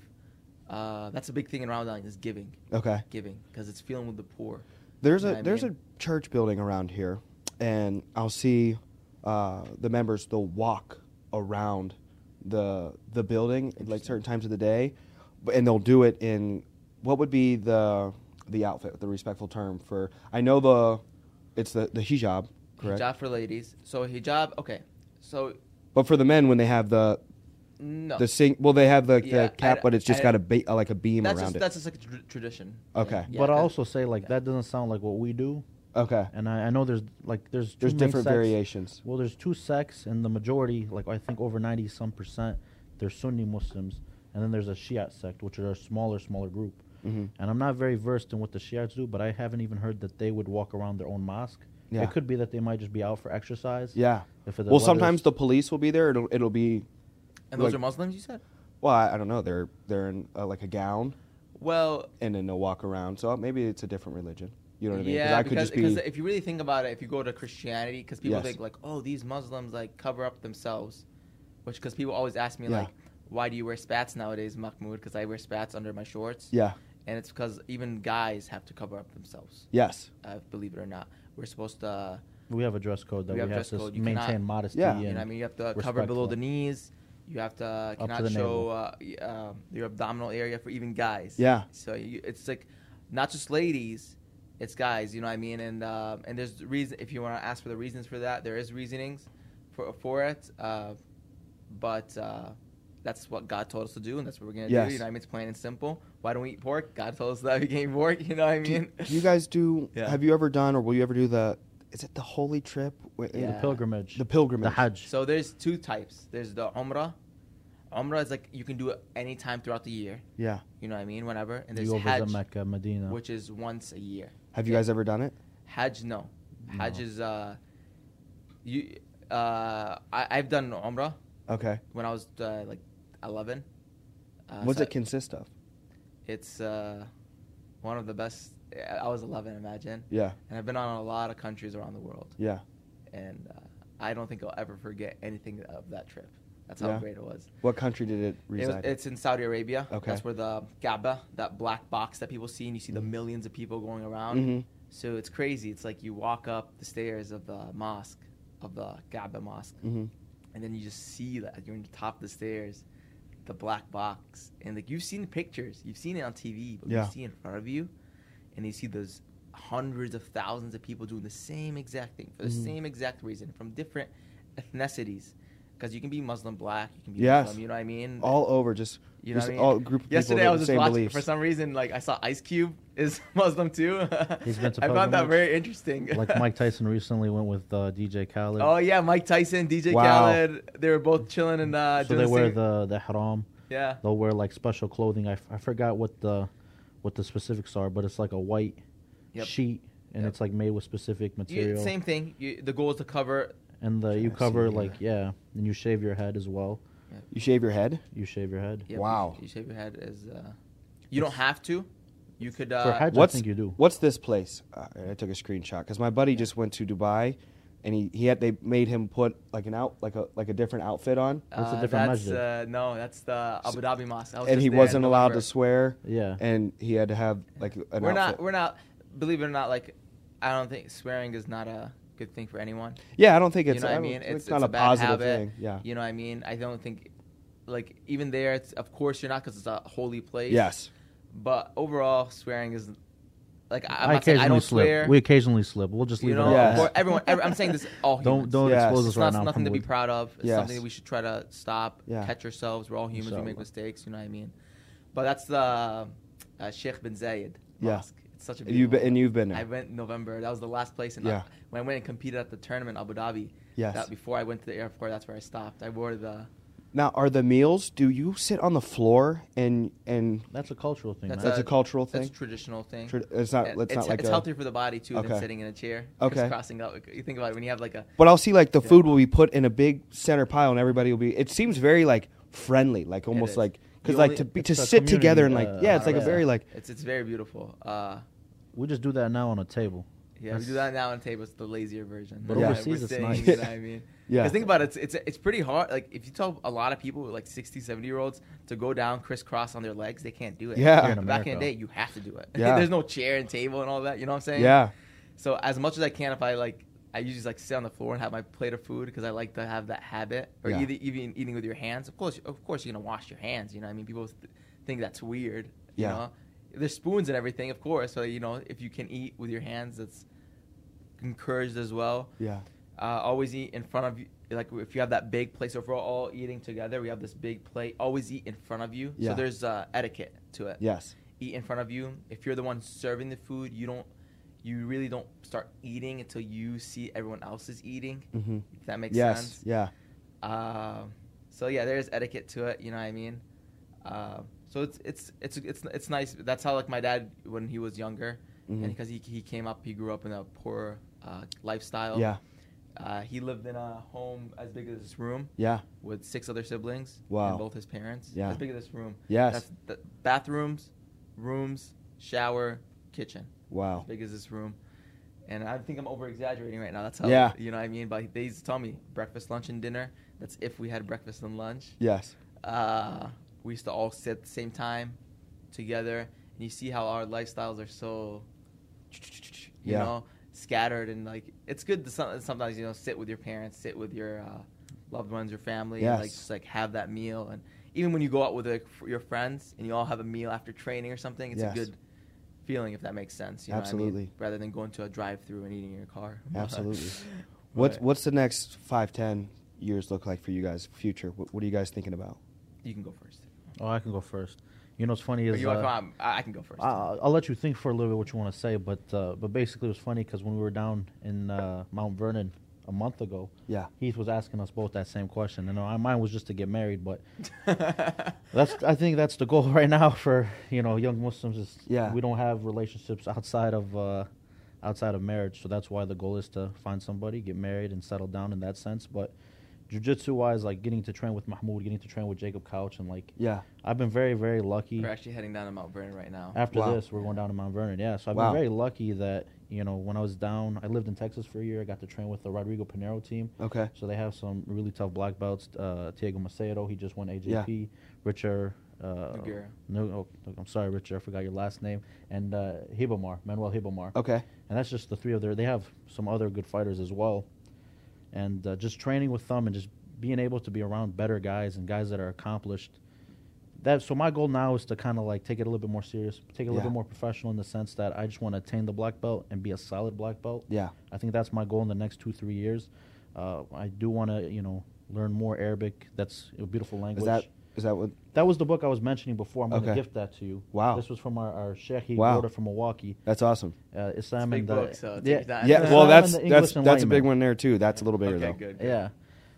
[SPEAKER 2] Uh, that's a big thing in Ramadan is giving,
[SPEAKER 1] Okay.
[SPEAKER 2] giving, because it's feeling with the poor.
[SPEAKER 1] There's
[SPEAKER 2] You know
[SPEAKER 1] a
[SPEAKER 2] what I
[SPEAKER 1] there's
[SPEAKER 2] mean?
[SPEAKER 1] a church building around here, and I'll see uh, the members. They'll walk around the the building at, like certain times of the day, but- and they'll do it in what would be the the outfit, the respectful term for. I know the it's the the hijab, correct?
[SPEAKER 2] Hijab for ladies. So hijab, okay. So
[SPEAKER 1] But for the men, when they have the
[SPEAKER 2] no.
[SPEAKER 1] the sing, well, they have the,
[SPEAKER 2] Yeah,
[SPEAKER 1] the cap,
[SPEAKER 2] I-
[SPEAKER 1] but it's just
[SPEAKER 2] I-
[SPEAKER 1] got a ba- uh, like a beam
[SPEAKER 2] that's
[SPEAKER 1] around
[SPEAKER 2] just,
[SPEAKER 1] it.
[SPEAKER 2] that's just like a tr- tradition.
[SPEAKER 1] Okay.
[SPEAKER 2] Yeah,
[SPEAKER 3] but I
[SPEAKER 2] that-
[SPEAKER 3] also say like that doesn't sound like what we do,
[SPEAKER 1] okay,
[SPEAKER 3] and I, I know there's like there's two
[SPEAKER 1] there's
[SPEAKER 3] main
[SPEAKER 1] different
[SPEAKER 3] sects.
[SPEAKER 1] variations.
[SPEAKER 3] Well, there's two sects, and the majority, like I think over ninety some percent, they're Sunni Muslims, and then there's a Shiite sect, which are a smaller, smaller group.
[SPEAKER 1] Mm-hmm.
[SPEAKER 3] And I'm not very versed in what the Shiites do, but I haven't even heard that they would walk around their own mosque.
[SPEAKER 1] Yeah.
[SPEAKER 3] It could be that they might just be out for exercise.
[SPEAKER 1] Yeah.
[SPEAKER 3] If the
[SPEAKER 1] Well,
[SPEAKER 3] weather's-
[SPEAKER 1] sometimes the police will be there. It'll it'll be
[SPEAKER 2] And those
[SPEAKER 1] like-
[SPEAKER 2] are Muslims, you said?
[SPEAKER 1] Well, I, I don't know. They're they're in uh, like a gown,
[SPEAKER 2] Well,
[SPEAKER 1] and then they'll walk around. So maybe it's a different religion. You know what I mean?
[SPEAKER 2] yeah,
[SPEAKER 1] I
[SPEAKER 2] because,
[SPEAKER 1] could just
[SPEAKER 2] because
[SPEAKER 1] be.
[SPEAKER 2] if you really think about it, if you go to Christianity, because people
[SPEAKER 1] Yes.
[SPEAKER 2] think like, oh, these Muslims like cover up themselves, which because people always ask me
[SPEAKER 1] Yeah.
[SPEAKER 2] like, why do you wear spats nowadays, Mahmoud? Because I wear spats under my shorts.
[SPEAKER 1] yeah.
[SPEAKER 2] And it's because even guys have to cover up themselves,
[SPEAKER 1] Yes.
[SPEAKER 2] uh, believe it or not. We're supposed to.
[SPEAKER 3] we have a dress code that
[SPEAKER 2] We
[SPEAKER 3] we,
[SPEAKER 2] have
[SPEAKER 3] have
[SPEAKER 2] dress
[SPEAKER 3] to
[SPEAKER 2] code. You
[SPEAKER 3] maintain
[SPEAKER 2] cannot-
[SPEAKER 3] modesty.
[SPEAKER 1] Yeah.
[SPEAKER 3] and,
[SPEAKER 2] You know, what I mean, you have to cover below
[SPEAKER 3] respectful.
[SPEAKER 2] the knees. You have to
[SPEAKER 3] to
[SPEAKER 2] cannot
[SPEAKER 3] the
[SPEAKER 2] show
[SPEAKER 3] navel.
[SPEAKER 2] uh, y- um, your abdominal area for even guys.
[SPEAKER 1] Yeah.
[SPEAKER 2] So you, it's like not just ladies, it's guys. You know what I mean? And um and there's reason if you want to ask for the reasons for that, there is reasonings for for it. Uh, but uh, that's what God told us to do, and that's what we're gonna
[SPEAKER 1] Yes.
[SPEAKER 2] do. You know, what I mean, it's plain and simple. Why don't we eat pork? God told us that we can eat pork. You know what I
[SPEAKER 1] Do,
[SPEAKER 2] mean?
[SPEAKER 1] do you guys do?
[SPEAKER 2] Yeah.
[SPEAKER 1] Have you ever done, or will you ever do the? Is it the holy trip? Wh-
[SPEAKER 2] Yeah.
[SPEAKER 3] The pilgrimage.
[SPEAKER 1] The pilgrimage.
[SPEAKER 3] The Hajj.
[SPEAKER 2] So there's two types. There's the Umrah. Umrah is like you can do it anytime throughout the year.
[SPEAKER 1] Yeah.
[SPEAKER 2] You know what I mean? Whenever. And there's
[SPEAKER 3] you go visit
[SPEAKER 2] Hajj,
[SPEAKER 3] Mecca, Medina.
[SPEAKER 2] which is once a year.
[SPEAKER 1] Have you
[SPEAKER 2] Yeah.
[SPEAKER 1] guys ever done it?
[SPEAKER 2] Hajj, no. Hajj
[SPEAKER 3] No.
[SPEAKER 2] is uh, you. Uh, I, I've done Umrah
[SPEAKER 1] Okay.
[SPEAKER 2] when I was uh, like 11. Uh,
[SPEAKER 1] What's
[SPEAKER 2] so
[SPEAKER 1] it consist of?
[SPEAKER 2] It's uh, one of the best. I was 11, imagine.
[SPEAKER 1] Yeah.
[SPEAKER 2] And I've been on a lot of countries around the world,
[SPEAKER 1] Yeah.
[SPEAKER 2] and uh, I don't think I'll ever forget anything of that trip. That's how
[SPEAKER 1] Yeah.
[SPEAKER 2] great it was.
[SPEAKER 1] What country did it
[SPEAKER 2] It was,
[SPEAKER 1] reside? in?
[SPEAKER 2] it's in Saudi Arabia.
[SPEAKER 1] Okay.
[SPEAKER 2] That's where the Kaaba, that black box that people see, and you see the
[SPEAKER 1] Mm-hmm.
[SPEAKER 2] millions of people going around.
[SPEAKER 1] Mhm.
[SPEAKER 2] So it's crazy. It's like you walk up the stairs of the mosque, of the Kaaba mosque,
[SPEAKER 1] Mhm.
[SPEAKER 2] and then you just see that you're in the top of the stairs, the black box, and like you've seen pictures, you've seen it on TV, but
[SPEAKER 1] Yeah.
[SPEAKER 2] you see it in front of you, and you see those hundreds of thousands of people doing the same exact thing for the
[SPEAKER 1] Mhm.
[SPEAKER 2] same exact reason from different ethnicities, because you can be Muslim black, you can be
[SPEAKER 1] Yes.
[SPEAKER 2] Muslim, you know what I mean?
[SPEAKER 1] all over just
[SPEAKER 2] you know
[SPEAKER 1] just
[SPEAKER 2] what I mean?
[SPEAKER 1] all group of
[SPEAKER 2] Yesterday
[SPEAKER 1] people
[SPEAKER 2] I
[SPEAKER 1] with the
[SPEAKER 2] was just
[SPEAKER 1] same
[SPEAKER 2] watching
[SPEAKER 1] beliefs.
[SPEAKER 2] for some reason like I saw Ice Cube is Muslim too.
[SPEAKER 3] He's been to
[SPEAKER 2] I found that
[SPEAKER 3] pilgrimage.
[SPEAKER 2] very interesting.
[SPEAKER 3] like Mike Tyson recently went with uh, DJ Khaled.
[SPEAKER 2] Oh yeah, Mike Tyson, DJ
[SPEAKER 1] Wow.
[SPEAKER 2] Khaled, they were both chilling and uh,
[SPEAKER 3] so
[SPEAKER 2] doing
[SPEAKER 3] they
[SPEAKER 2] the
[SPEAKER 3] wear
[SPEAKER 2] same-
[SPEAKER 3] the the haram.
[SPEAKER 2] yeah.
[SPEAKER 3] They'll wear like special clothing. I, f- I forgot what the what the specifics are, but it's like a white
[SPEAKER 2] Yep.
[SPEAKER 3] sheet and
[SPEAKER 2] Yep.
[SPEAKER 3] it's like made with specific
[SPEAKER 2] You-
[SPEAKER 3] material.
[SPEAKER 2] same thing. You, the goal is to cover.
[SPEAKER 3] And the, you
[SPEAKER 1] Can't see
[SPEAKER 3] cover
[SPEAKER 1] it
[SPEAKER 3] like yeah, and you shave your head as well.
[SPEAKER 1] You shave your head.
[SPEAKER 3] You shave your head.
[SPEAKER 2] yeah,
[SPEAKER 1] Wow.
[SPEAKER 2] You, you shave your head as. Uh, you don't have to. You could. Uh,
[SPEAKER 3] Hajj, I
[SPEAKER 1] What's
[SPEAKER 3] think you do.
[SPEAKER 1] what's this place? Uh, I took a screenshot because my buddy just went to Dubai, and he, he had they made him put like an out like a like a different outfit on,
[SPEAKER 3] What's the
[SPEAKER 2] uh,
[SPEAKER 3] different
[SPEAKER 2] that's,
[SPEAKER 3] masjid?
[SPEAKER 2] Uh, no, that's the Abu Dhabi mosque. I was
[SPEAKER 1] and
[SPEAKER 2] just
[SPEAKER 1] he
[SPEAKER 2] there
[SPEAKER 1] wasn't
[SPEAKER 2] in
[SPEAKER 1] allowed to
[SPEAKER 2] November.
[SPEAKER 1] swear.
[SPEAKER 3] Yeah.
[SPEAKER 1] and he had to have like an
[SPEAKER 2] we're
[SPEAKER 1] outfit.
[SPEAKER 2] not. We're not. Believe it or not, like I don't think swearing is not a good thing for anyone.
[SPEAKER 1] yeah, I don't think
[SPEAKER 2] You
[SPEAKER 1] it's
[SPEAKER 2] know what I
[SPEAKER 1] don't-
[SPEAKER 2] mean? It's,
[SPEAKER 1] it's, not
[SPEAKER 2] a,
[SPEAKER 1] a,
[SPEAKER 2] bad
[SPEAKER 1] positive
[SPEAKER 2] habit.
[SPEAKER 1] thing. Yeah.
[SPEAKER 2] You know what I mean? I don't think, like even there, it's of course you're not because it's a holy place.
[SPEAKER 1] Yes.
[SPEAKER 2] But overall, swearing is like I, I'm
[SPEAKER 3] I
[SPEAKER 2] not saying
[SPEAKER 3] occasionally
[SPEAKER 2] I don't
[SPEAKER 3] slip.
[SPEAKER 2] swear.
[SPEAKER 3] We occasionally slip. We'll just leave
[SPEAKER 2] you
[SPEAKER 3] it.
[SPEAKER 2] know,
[SPEAKER 3] at
[SPEAKER 1] Yeah.
[SPEAKER 2] of
[SPEAKER 3] that.
[SPEAKER 2] course, everyone. Every, I'm saying this. to All
[SPEAKER 3] Don't
[SPEAKER 2] humans.
[SPEAKER 3] don't
[SPEAKER 1] Yes.
[SPEAKER 3] expose us
[SPEAKER 2] It's
[SPEAKER 3] right
[SPEAKER 2] not
[SPEAKER 3] now.
[SPEAKER 2] nothing to be
[SPEAKER 3] Pumwood.
[SPEAKER 2] proud of. It's
[SPEAKER 1] Yes.
[SPEAKER 2] something that we should try to stop,
[SPEAKER 1] Yeah.
[SPEAKER 2] catch ourselves. We're all humans. We make
[SPEAKER 3] Inshallah.
[SPEAKER 2] mistakes. You know what I mean? But that's the uh, Sheikh bin Zayed
[SPEAKER 1] Yeah.
[SPEAKER 2] mosque. It's such a
[SPEAKER 1] And you've
[SPEAKER 2] beautiful
[SPEAKER 1] been, and you've been there.
[SPEAKER 2] I went in November. That was the last place. And
[SPEAKER 1] Yeah.
[SPEAKER 2] when I went and competed at the tournament in Abu Dhabi,
[SPEAKER 1] Yes.
[SPEAKER 2] that before I went to the airport, that's where I stopped. I wore the.
[SPEAKER 1] now, are the meals? Do you sit on the floor and and
[SPEAKER 3] That's a cultural thing.
[SPEAKER 2] That's
[SPEAKER 3] man.
[SPEAKER 1] That's a cultural thing?
[SPEAKER 2] That's a traditional thing.
[SPEAKER 1] Tra- it's not-
[SPEAKER 2] And
[SPEAKER 1] it's not like
[SPEAKER 2] it's
[SPEAKER 1] a-
[SPEAKER 2] healthier for the body too than
[SPEAKER 1] Okay.
[SPEAKER 2] sitting in a chair.
[SPEAKER 1] Okay.
[SPEAKER 2] Crossing up. You think about it when you have like a.
[SPEAKER 1] But I'll see like the
[SPEAKER 2] Yeah.
[SPEAKER 1] food will be put in a big center pile, and everybody will be. It seems very like friendly, like almost
[SPEAKER 2] is.
[SPEAKER 1] like because
[SPEAKER 2] You
[SPEAKER 1] like
[SPEAKER 2] only-
[SPEAKER 1] to be,
[SPEAKER 3] it's
[SPEAKER 1] to
[SPEAKER 3] a
[SPEAKER 1] sit together and like
[SPEAKER 3] community, uh,
[SPEAKER 1] yeah, it's like a
[SPEAKER 3] yeah.
[SPEAKER 1] very like
[SPEAKER 2] It's it's very beautiful. Uh,
[SPEAKER 3] we just do that now on a table.
[SPEAKER 2] yeah, we do that now on tables. The lazier version.
[SPEAKER 3] But
[SPEAKER 2] Yeah.
[SPEAKER 1] overseas
[SPEAKER 2] We're
[SPEAKER 3] it's
[SPEAKER 2] sitting,
[SPEAKER 3] nice.
[SPEAKER 2] You know what I mean?
[SPEAKER 1] Yeah.
[SPEAKER 2] Because think about it, it's, it's it's pretty hard. Like if you tell a lot of people, like 60, 70 year olds, to go down crisscross on their legs, they can't do it.
[SPEAKER 1] Yeah. Here
[SPEAKER 3] in
[SPEAKER 2] Back in the
[SPEAKER 3] America.
[SPEAKER 2] day, you have to do it.
[SPEAKER 1] Yeah.
[SPEAKER 2] There's no chair and table and all that. You know what I'm saying?
[SPEAKER 1] yeah,
[SPEAKER 2] So as much as I can, if I like, I usually just, like sit on the floor and have my plate of food because I like to have that habit. Or
[SPEAKER 1] Yeah.
[SPEAKER 2] either even eating with your hands. Of course, of course, you're gonna wash your hands. You know, what I mean, people th- think that's weird. You
[SPEAKER 1] Yeah.
[SPEAKER 2] know, there's spoons and everything, of course. So you know, if you can eat with your hands, that's encouraged as well.
[SPEAKER 1] yeah,
[SPEAKER 2] Uh, always eat in front of you. Like if you have that big plate, so if we're all eating together, we have this big plate. Always eat in front of you.
[SPEAKER 1] Yeah.
[SPEAKER 2] So there's uh, etiquette to it
[SPEAKER 1] yes,
[SPEAKER 2] eat in front of you. If you're the one serving the food, you don't you really don't start eating until you see everyone else is eating.
[SPEAKER 1] Mhm.
[SPEAKER 2] If that makes
[SPEAKER 1] yes,
[SPEAKER 2] sense.
[SPEAKER 1] yeah,
[SPEAKER 2] Um, so yeah, there's etiquette to it. You know what I mean? Um, so it's it's it's it's it's nice. That's how like my dad when he was younger, and
[SPEAKER 1] Mhm.
[SPEAKER 2] because he he came up, he grew up in a poor uh, lifestyle.
[SPEAKER 1] yeah,
[SPEAKER 2] Uh, he lived in a home as big as this room
[SPEAKER 1] yeah,
[SPEAKER 2] with six other siblings.
[SPEAKER 1] Wow.
[SPEAKER 2] And both his parents.
[SPEAKER 1] Yeah.
[SPEAKER 2] As big as this room.
[SPEAKER 1] Yes.
[SPEAKER 2] That's the bathrooms, rooms, shower, kitchen.
[SPEAKER 1] wow,
[SPEAKER 2] As big as this room. And I think I'm over exaggerating right now. That's how,
[SPEAKER 1] Yeah.
[SPEAKER 2] you know what I mean? But they used to tell me breakfast, lunch, and dinner. That's if we had breakfast and lunch.
[SPEAKER 1] yes,
[SPEAKER 2] Uh, we used to all sit at the same time together. And you see how our lifestyles are so, you
[SPEAKER 1] Yeah.
[SPEAKER 2] know, scattered. And like, it's good to some, sometimes, you know, sit with your parents, sit with your uh, loved ones, your family, and like,
[SPEAKER 1] Yes.
[SPEAKER 2] just like have that meal. And even when you go out with like, f- your friends and you all have a meal after training or something, it's
[SPEAKER 1] Yes.
[SPEAKER 2] a good feeling if that makes sense. You know what I mean?
[SPEAKER 1] Absolutely.
[SPEAKER 2] Rather than going to a drive through and eating in your car.
[SPEAKER 1] absolutely.
[SPEAKER 2] But
[SPEAKER 1] What's what's the next five ten years look like for you guys? Future? What, what are you guys thinking about?
[SPEAKER 2] You can go first.
[SPEAKER 3] Oh, I can go first. You know what's funny
[SPEAKER 2] Or
[SPEAKER 3] is
[SPEAKER 2] you want-
[SPEAKER 3] uh,
[SPEAKER 2] I'm- I I can go first.
[SPEAKER 3] I'll, I'll let you think for a little bit what you want to say, but uh, but basically it was funny because when we were down in uh, Mount Vernon a month ago,
[SPEAKER 1] Yeah.
[SPEAKER 3] Heath was asking us both that same question, and uh, mine was just to get married, but that's I think that's the goal right now for you know young Muslims is
[SPEAKER 1] Yeah.
[SPEAKER 3] we don't have relationships outside of uh, outside of marriage, so that's why the goal is to find somebody, get married, and settle down in that sense. But jujitsu wise, like getting to train with Mahmoud, getting to train with Jacob Couch, and like
[SPEAKER 1] Yeah,
[SPEAKER 3] I've been very very lucky.
[SPEAKER 2] We're actually heading down to Mount Vernon right now.
[SPEAKER 3] After
[SPEAKER 1] Wow.
[SPEAKER 3] this, we're going down to Mount Vernon. Yeah, so I've
[SPEAKER 1] Wow.
[SPEAKER 3] been very lucky that you know when I was down, I lived in Texas for a year. I got to train with the Rodrigo Pinero team.
[SPEAKER 1] okay,
[SPEAKER 3] So they have some really tough black belts. Uh, Diego Macedo, he just won AJP. Richard. Uh,
[SPEAKER 2] Nogueira.
[SPEAKER 3] no, oh, no, I'm sorry, Richard. I forgot your last name. And uh, Hibomar, Manuel Hibomar.
[SPEAKER 1] okay,
[SPEAKER 3] And that's just the three of their. They have some other good fighters as well. And uh, just training with them and just being able to be around better guys and guys that are accomplished. That so my goal now is to kind of like take it a little bit more serious, take it a
[SPEAKER 1] Yeah.
[SPEAKER 3] little bit more professional in the sense that I just want to attain the black belt and be a solid black belt.
[SPEAKER 1] yeah,
[SPEAKER 3] I think that's my goal in the next two three years. Uh, I do want to you know learn more Arabic. That's a beautiful language.
[SPEAKER 1] Is that is that what?
[SPEAKER 3] That was the book I was mentioning before. I'm
[SPEAKER 1] Okay.
[SPEAKER 3] going to gift that to you.
[SPEAKER 1] Wow.
[SPEAKER 3] This was from our, our sheikh. He
[SPEAKER 1] Wow.
[SPEAKER 3] brought it from Milwaukee.
[SPEAKER 1] That's awesome.
[SPEAKER 3] Uh, Islam
[SPEAKER 2] big
[SPEAKER 3] and the,
[SPEAKER 2] book, so take your time.
[SPEAKER 1] Yeah.
[SPEAKER 2] Islam
[SPEAKER 1] Well,
[SPEAKER 2] and
[SPEAKER 1] that's
[SPEAKER 3] the
[SPEAKER 1] that's
[SPEAKER 3] English
[SPEAKER 1] that's a big
[SPEAKER 3] Enlightenment.
[SPEAKER 1] one there too. That's a little bigger
[SPEAKER 2] okay,
[SPEAKER 1] though.
[SPEAKER 2] good. good.
[SPEAKER 3] Yeah,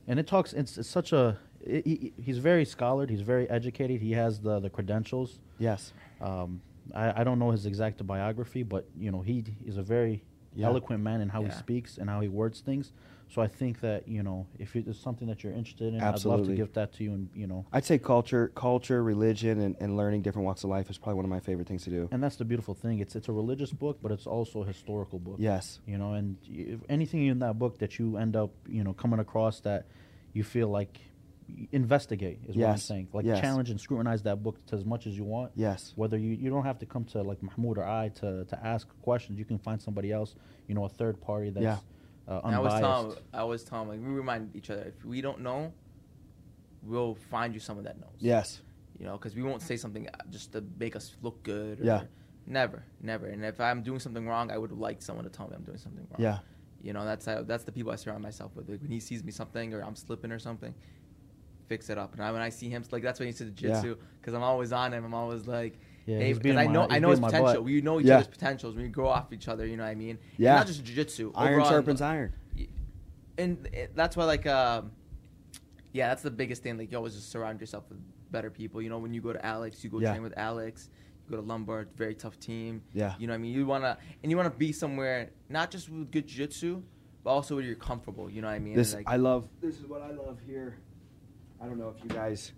[SPEAKER 3] and it talks. It's, it's such a. It, he, he's very scholared. He's very educated. He has the the credentials.
[SPEAKER 1] Yes.
[SPEAKER 3] Um, I, I don't know his exact biography, but you know he d- is a very
[SPEAKER 1] Yeah.
[SPEAKER 3] eloquent man in how he
[SPEAKER 2] Yeah.
[SPEAKER 3] speaks and how he words things. So I think that you know if it is something that you're interested in, I'd love
[SPEAKER 1] Absolutely.
[SPEAKER 3] to give that to you. And you know,
[SPEAKER 1] I'd say culture, culture, religion, and, and learning different walks of life is probably one of my favorite things to do.
[SPEAKER 3] and that's the beautiful thing. It's it's a religious book, but it's also a historical book.
[SPEAKER 1] Yes.
[SPEAKER 3] you know and if anything in that book that you end up you know coming across that you feel like investigate is what i'm
[SPEAKER 1] Yes.
[SPEAKER 3] saying like
[SPEAKER 1] Yes.
[SPEAKER 3] challenge and scrutinize that book to as much as you want
[SPEAKER 1] Yes.
[SPEAKER 3] whether you you don't have to come to like mahmoud or i to to ask questions you can find somebody else you know a third party that's uh,
[SPEAKER 2] And I was
[SPEAKER 3] unbiased
[SPEAKER 2] telling, him- I was telling, him, like we remind each other if we don't know, we'll find you someone that knows.
[SPEAKER 1] Yes.
[SPEAKER 2] You know, because we won't say something uh, just to make us look good. Or,
[SPEAKER 1] Yeah.
[SPEAKER 2] Never, never. And if I'm doing something wrong, I would like someone to tell me I'm doing something wrong.
[SPEAKER 1] Yeah.
[SPEAKER 2] You know, that's how, that's the people I surround myself with. Like when he sees me something or I'm slipping or something, fix it up. And I, when I see him, like that's when he said
[SPEAKER 1] Yeah.
[SPEAKER 2] jiu-jitsu because I'm always on him. I'm always like,
[SPEAKER 3] Yeah,
[SPEAKER 2] hey,
[SPEAKER 3] he's
[SPEAKER 2] because
[SPEAKER 3] being
[SPEAKER 2] I
[SPEAKER 3] my-
[SPEAKER 2] know
[SPEAKER 3] he's
[SPEAKER 2] I know
[SPEAKER 3] being
[SPEAKER 2] his
[SPEAKER 3] my
[SPEAKER 2] potential.
[SPEAKER 3] butt.
[SPEAKER 2] We know each
[SPEAKER 1] Yeah.
[SPEAKER 2] other's potentials. We grow off each other. You know what I mean? And
[SPEAKER 1] Yeah.
[SPEAKER 2] Not just jiu-jitsu.
[SPEAKER 1] Iron
[SPEAKER 2] overall in-
[SPEAKER 1] sharpens iron.
[SPEAKER 2] and it- that's why like um yeah that's the biggest thing like you always just surround yourself with better people you know when you go to alex you go
[SPEAKER 1] Yeah.
[SPEAKER 2] train with alex you go to lombard very tough team
[SPEAKER 1] Yeah.
[SPEAKER 2] you know what i mean you want to and you want to be somewhere not just with good jiu-jitsu but also where you're comfortable you know what i mean
[SPEAKER 1] This
[SPEAKER 2] like
[SPEAKER 1] I love. This is what I love here. I don't know if you guys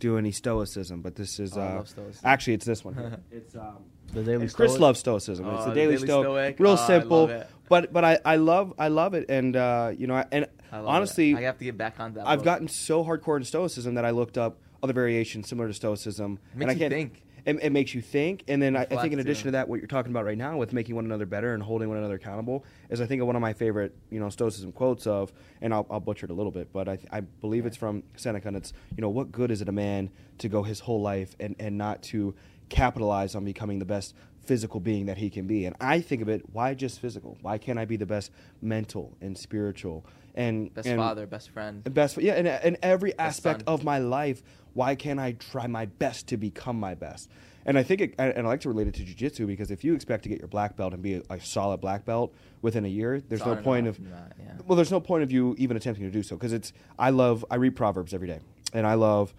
[SPEAKER 1] do any stoicism, but this is
[SPEAKER 2] Oh,
[SPEAKER 1] uh,
[SPEAKER 2] I love stoicism.
[SPEAKER 1] actually it's this one. Here. it's um,
[SPEAKER 3] The Daily
[SPEAKER 1] and Chris
[SPEAKER 3] Stoic?
[SPEAKER 1] loves stoicism. it's
[SPEAKER 2] Oh,
[SPEAKER 1] the
[SPEAKER 2] the
[SPEAKER 1] Daily,
[SPEAKER 2] Daily
[SPEAKER 1] Stoic.
[SPEAKER 2] Stoic. Oh,
[SPEAKER 1] Real
[SPEAKER 2] I love
[SPEAKER 1] simple,
[SPEAKER 2] it.
[SPEAKER 1] but but I, I love I love it, and uh, you know, I- and
[SPEAKER 2] I love
[SPEAKER 1] honestly,
[SPEAKER 2] it. i have to get back on that
[SPEAKER 1] I've
[SPEAKER 2] book.
[SPEAKER 1] gotten so hardcore in Stoicism that I looked up other variations similar to Stoicism.
[SPEAKER 2] Makes
[SPEAKER 1] and I
[SPEAKER 2] you
[SPEAKER 1] can't,
[SPEAKER 2] think.
[SPEAKER 1] It, it makes you think, and then I, I think in
[SPEAKER 2] Reflect,
[SPEAKER 1] addition
[SPEAKER 2] yeah.
[SPEAKER 1] to that, what you're talking about right now with making one another better and holding one another accountable is, I think, one of my favorite, you know, Stoicism quotes of, and I'll, I'll butcher it a little bit, but I, th- I believe it's from Seneca, and it's, you know, what good is it a man to go his whole life and and not to capitalize on becoming the best physical being that he can be. And I think of it, why just physical? Why can't I be the best mental and spiritual? And
[SPEAKER 2] best
[SPEAKER 1] and-
[SPEAKER 2] father best friend
[SPEAKER 1] the best yeah in, in every aspect
[SPEAKER 2] son.
[SPEAKER 1] of my life why can't i try my best to become my best and i think it, and and i like to relate it to jiu-jitsu because if you expect to get your black belt and be a, a solid black belt within a year there's
[SPEAKER 2] It's on
[SPEAKER 1] no
[SPEAKER 2] and
[SPEAKER 1] point
[SPEAKER 2] off
[SPEAKER 1] of
[SPEAKER 2] from that, yeah.
[SPEAKER 1] well there's no point of you even attempting to do so because it's i love i read proverbs every day and i love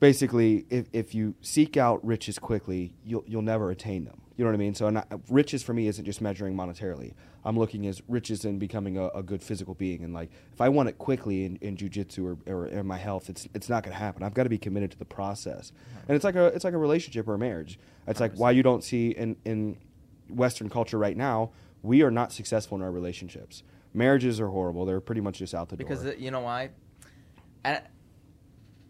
[SPEAKER 1] basically if, if you seek out riches quickly you'll, you'll never attain them you know what i mean so and I, riches for me isn't just measuring monetarily i'm looking as riches in becoming a, a good physical being and like if i want it quickly in, in jiu-jitsu or, or in my health it's, it's not going to happen i've got to be committed to the process and it's like a it's like a relationship or a marriage it's like why you don't see in in western culture right now we are not successful in our relationships marriages are horrible they're pretty much just out the
[SPEAKER 2] because
[SPEAKER 1] door
[SPEAKER 2] uh, you know why and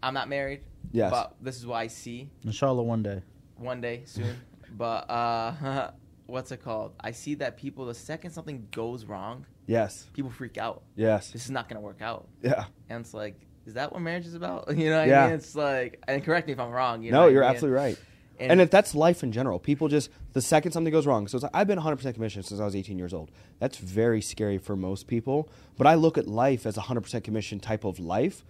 [SPEAKER 2] i'm not married
[SPEAKER 1] Yes.
[SPEAKER 2] but this is what i see
[SPEAKER 3] inshallah one day
[SPEAKER 2] one day soon. but uh, what's it called? I see that people, the second something goes wrong,
[SPEAKER 1] yes
[SPEAKER 2] people freak out.
[SPEAKER 1] yes
[SPEAKER 2] This is not going to work out.
[SPEAKER 1] yeah
[SPEAKER 2] And it's like, is that what marriage is about? You know what I
[SPEAKER 1] Yeah.
[SPEAKER 2] mean? It's like, and correct me if I'm wrong. You know
[SPEAKER 1] no
[SPEAKER 2] what I
[SPEAKER 1] you're
[SPEAKER 2] mean?
[SPEAKER 1] absolutely right
[SPEAKER 2] And-
[SPEAKER 1] and, if that's life in general people just the second something goes wrong so it's like, i've been 100% commissioned since i was 18 years old that's very scary for most people but i look at life as a 100% commission type of life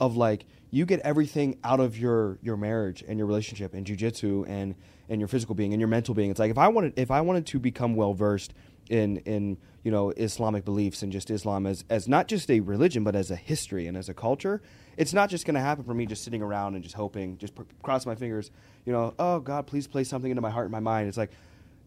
[SPEAKER 1] of like you get everything out of your your marriage and your relationship and jujitsu and and your physical being and your mental being it's like if i wanted if i wanted to become well versed in in you know Islamic beliefs and just Islam as as not just a religion but as a history and as a culture. It's not just going to happen for me just sitting around and just hoping, just pr- cross my fingers, you know. Oh God, please place something into my heart and my mind. It's like,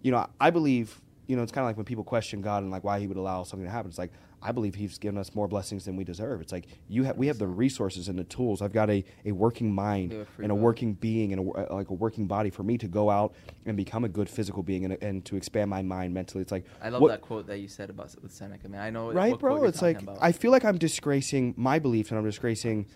[SPEAKER 1] you know, I believe, you know, it's kind of like when people question God and like why He would allow something to happen. It's like I believe He's given us more blessings than we deserve. It's like you have we have the resources and the tools. I've got a a working mind
[SPEAKER 2] We have a free
[SPEAKER 1] and a
[SPEAKER 2] will.
[SPEAKER 1] working working being and a, wor- like a working body for me to go out and become a good physical being and, and to expand my mind mentally. It's like
[SPEAKER 2] I love
[SPEAKER 1] what-
[SPEAKER 2] that quote that you said about with Seneca. Man, I know what-
[SPEAKER 1] right,
[SPEAKER 2] what quote
[SPEAKER 1] bro?
[SPEAKER 2] you're
[SPEAKER 1] It's like
[SPEAKER 2] talking about.
[SPEAKER 1] I feel like I'm disgracing my beliefs and I'm disgracing,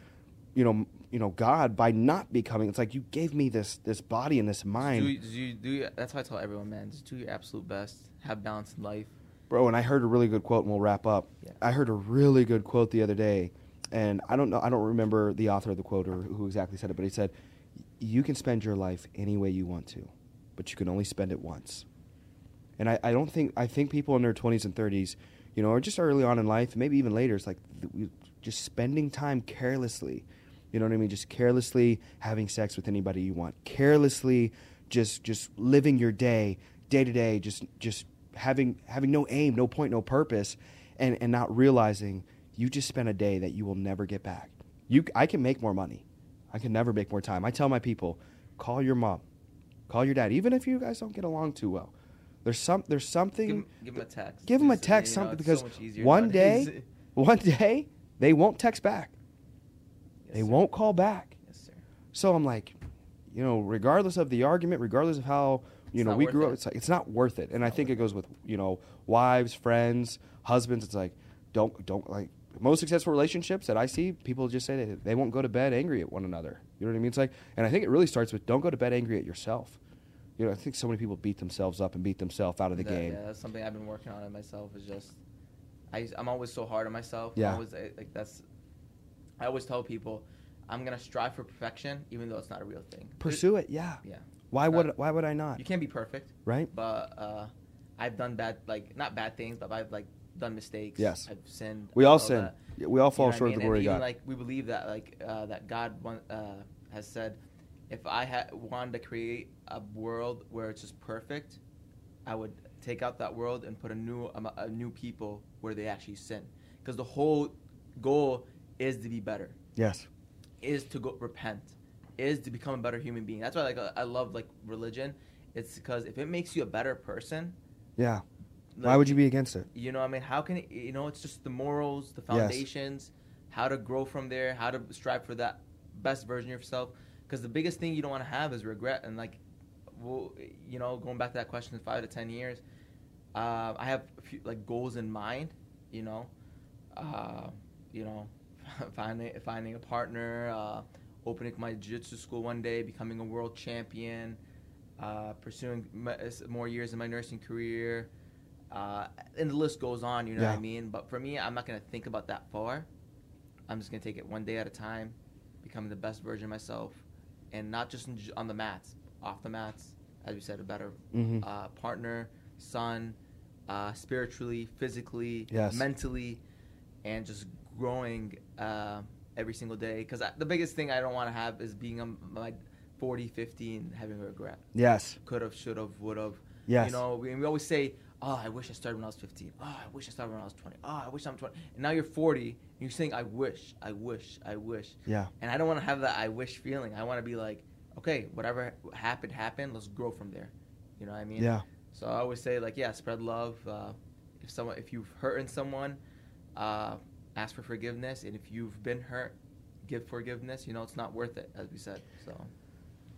[SPEAKER 1] you know, m- you know, God by not becoming. It's like you gave me this this body and this mind,
[SPEAKER 2] Do, do, do, that's why I tell everyone, man, just do your absolute best. Have balance in life.
[SPEAKER 1] bro. And I heard a really good quote, and we'll wrap up.
[SPEAKER 2] Yeah.
[SPEAKER 1] I heard a really good quote the other day, and I don't know, I don't remember the author of the quote or who exactly said it, but he said, "You can spend your life any way you want to, but you can only spend it once." And I, I don't think I think people in their twenties and thirties, you know, or just early on in life, maybe even later, it's like th- we- just spending time carelessly. You know what I mean? Just carelessly having sex with anybody you want. Carelessly just just living your day day to day just just having having no aim, no point, no purpose and and not realizing you just spent a day that you will never get back. You c- I can make more money. I can never make more time. I tell my people, call your mom. Call your dad even if you guys don't get along too well. There's some there's something
[SPEAKER 2] Give, 'em- give 'em a text.
[SPEAKER 1] Give them a
[SPEAKER 2] Just,
[SPEAKER 1] text
[SPEAKER 2] you know,
[SPEAKER 1] something
[SPEAKER 2] it's
[SPEAKER 1] because
[SPEAKER 2] so much easier
[SPEAKER 1] one
[SPEAKER 2] nowadays.
[SPEAKER 1] day, one day they won't text back.
[SPEAKER 2] Yes,
[SPEAKER 1] They
[SPEAKER 2] sir.
[SPEAKER 1] won't call back.
[SPEAKER 2] Yes, sir.
[SPEAKER 1] So I'm like, you know, regardless of the argument, regardless of how you
[SPEAKER 2] It's
[SPEAKER 1] know
[SPEAKER 2] not
[SPEAKER 1] we
[SPEAKER 2] worth
[SPEAKER 1] grew up,
[SPEAKER 2] it.
[SPEAKER 1] it's like it's not worth it. And I
[SPEAKER 2] not
[SPEAKER 1] think
[SPEAKER 2] worth
[SPEAKER 1] it goes with you know wives, friends, husbands. It's like don't don't like most successful relationships that I see, people just say that they won't go to bed angry at one another. You know what I mean? It's like, and I think it really starts with don't go to bed angry at yourself. You know, I think so many people beat themselves up and beat themselves out of the
[SPEAKER 2] That-
[SPEAKER 1] game.
[SPEAKER 2] Yeah, that's something I've been working on in myself. Is just I, I'm always so hard on myself. I'm
[SPEAKER 1] Yeah.
[SPEAKER 2] always, I, like that's. I always tell people, I'm gonna strive for perfection, even though it's not a real thing. There-
[SPEAKER 1] Pursue it, yeah.
[SPEAKER 2] Yeah.
[SPEAKER 1] Why
[SPEAKER 2] It's
[SPEAKER 1] would
[SPEAKER 2] not-
[SPEAKER 1] why would I not?
[SPEAKER 2] You can't be perfect,
[SPEAKER 1] Right?
[SPEAKER 2] but uh, I've done bad, like not bad things, but I've like done mistakes.
[SPEAKER 1] Yes.
[SPEAKER 2] I've sinned.
[SPEAKER 1] We
[SPEAKER 2] I
[SPEAKER 1] all
[SPEAKER 2] know
[SPEAKER 1] sin.
[SPEAKER 2] that.
[SPEAKER 1] Yeah, We all fall
[SPEAKER 2] You know
[SPEAKER 1] short
[SPEAKER 2] what I
[SPEAKER 1] of the
[SPEAKER 2] mean?
[SPEAKER 1] glory
[SPEAKER 2] And
[SPEAKER 1] of
[SPEAKER 2] even,
[SPEAKER 1] God.
[SPEAKER 2] Like we believe that, like uh, that God want, uh, has said, if I had wanted to create a world where it's just perfect, I would take out that world and put a new um, a new people where they actually sin, because the whole goal is to be better,
[SPEAKER 1] yes.
[SPEAKER 2] is to go repent, is to become a better human being. That's why like I I love like religion. It's because if it makes you a better person,
[SPEAKER 1] Yeah. Why
[SPEAKER 2] like,
[SPEAKER 1] would you be against it?
[SPEAKER 2] you know, what I mean, how can it, you know? It's just the morals, the
[SPEAKER 1] Yes.
[SPEAKER 2] foundations, how to grow from there, how to strive for that best version of yourself. Because the biggest thing you don't want to have is regret. And like, well, you know, going back to that question, five to ten years, uh, I have a few, like goals in mind. You know, uh, you know, finding finding a partner, uh, opening my jiu-jitsu school one day, becoming a world champion, uh, pursuing me- more years in my nursing career, uh, and the list goes on. You know what
[SPEAKER 1] Yeah.
[SPEAKER 2] I mean? But for me, I'm not gonna think about that far. I'm just gonna take it one day at a time, becoming the best version of myself, and not just in, on the mats, off the mats, as we said, a better
[SPEAKER 1] Mhm.
[SPEAKER 2] uh, partner, son, uh, spiritually, physically,
[SPEAKER 1] Yes.
[SPEAKER 2] mentally, and just growing uh, every single day. Because the biggest thing I don't want to have is being on my 40, 50, and having regret.
[SPEAKER 1] Yes.
[SPEAKER 2] Could have, should have, would have.
[SPEAKER 1] Yes.
[SPEAKER 2] You know, we, we always say, oh, I wish I started when I was 15. Oh, I wish I started when I was 20. Oh, I wish I'm 20. And now you're 40, and you're saying, I wish, I wish, I wish.
[SPEAKER 1] Yeah.
[SPEAKER 2] And I don't want to have that I wish feeling. I want to be like, okay, whatever happened, happened. Let's grow from there. You know what I mean?
[SPEAKER 1] Yeah.
[SPEAKER 2] So I always say like, yeah, spread love. Uh, if someone, if you've hurting someone, uh, ask for forgiveness, and if you've been hurt, give forgiveness. You know, it's not worth it, as we said. So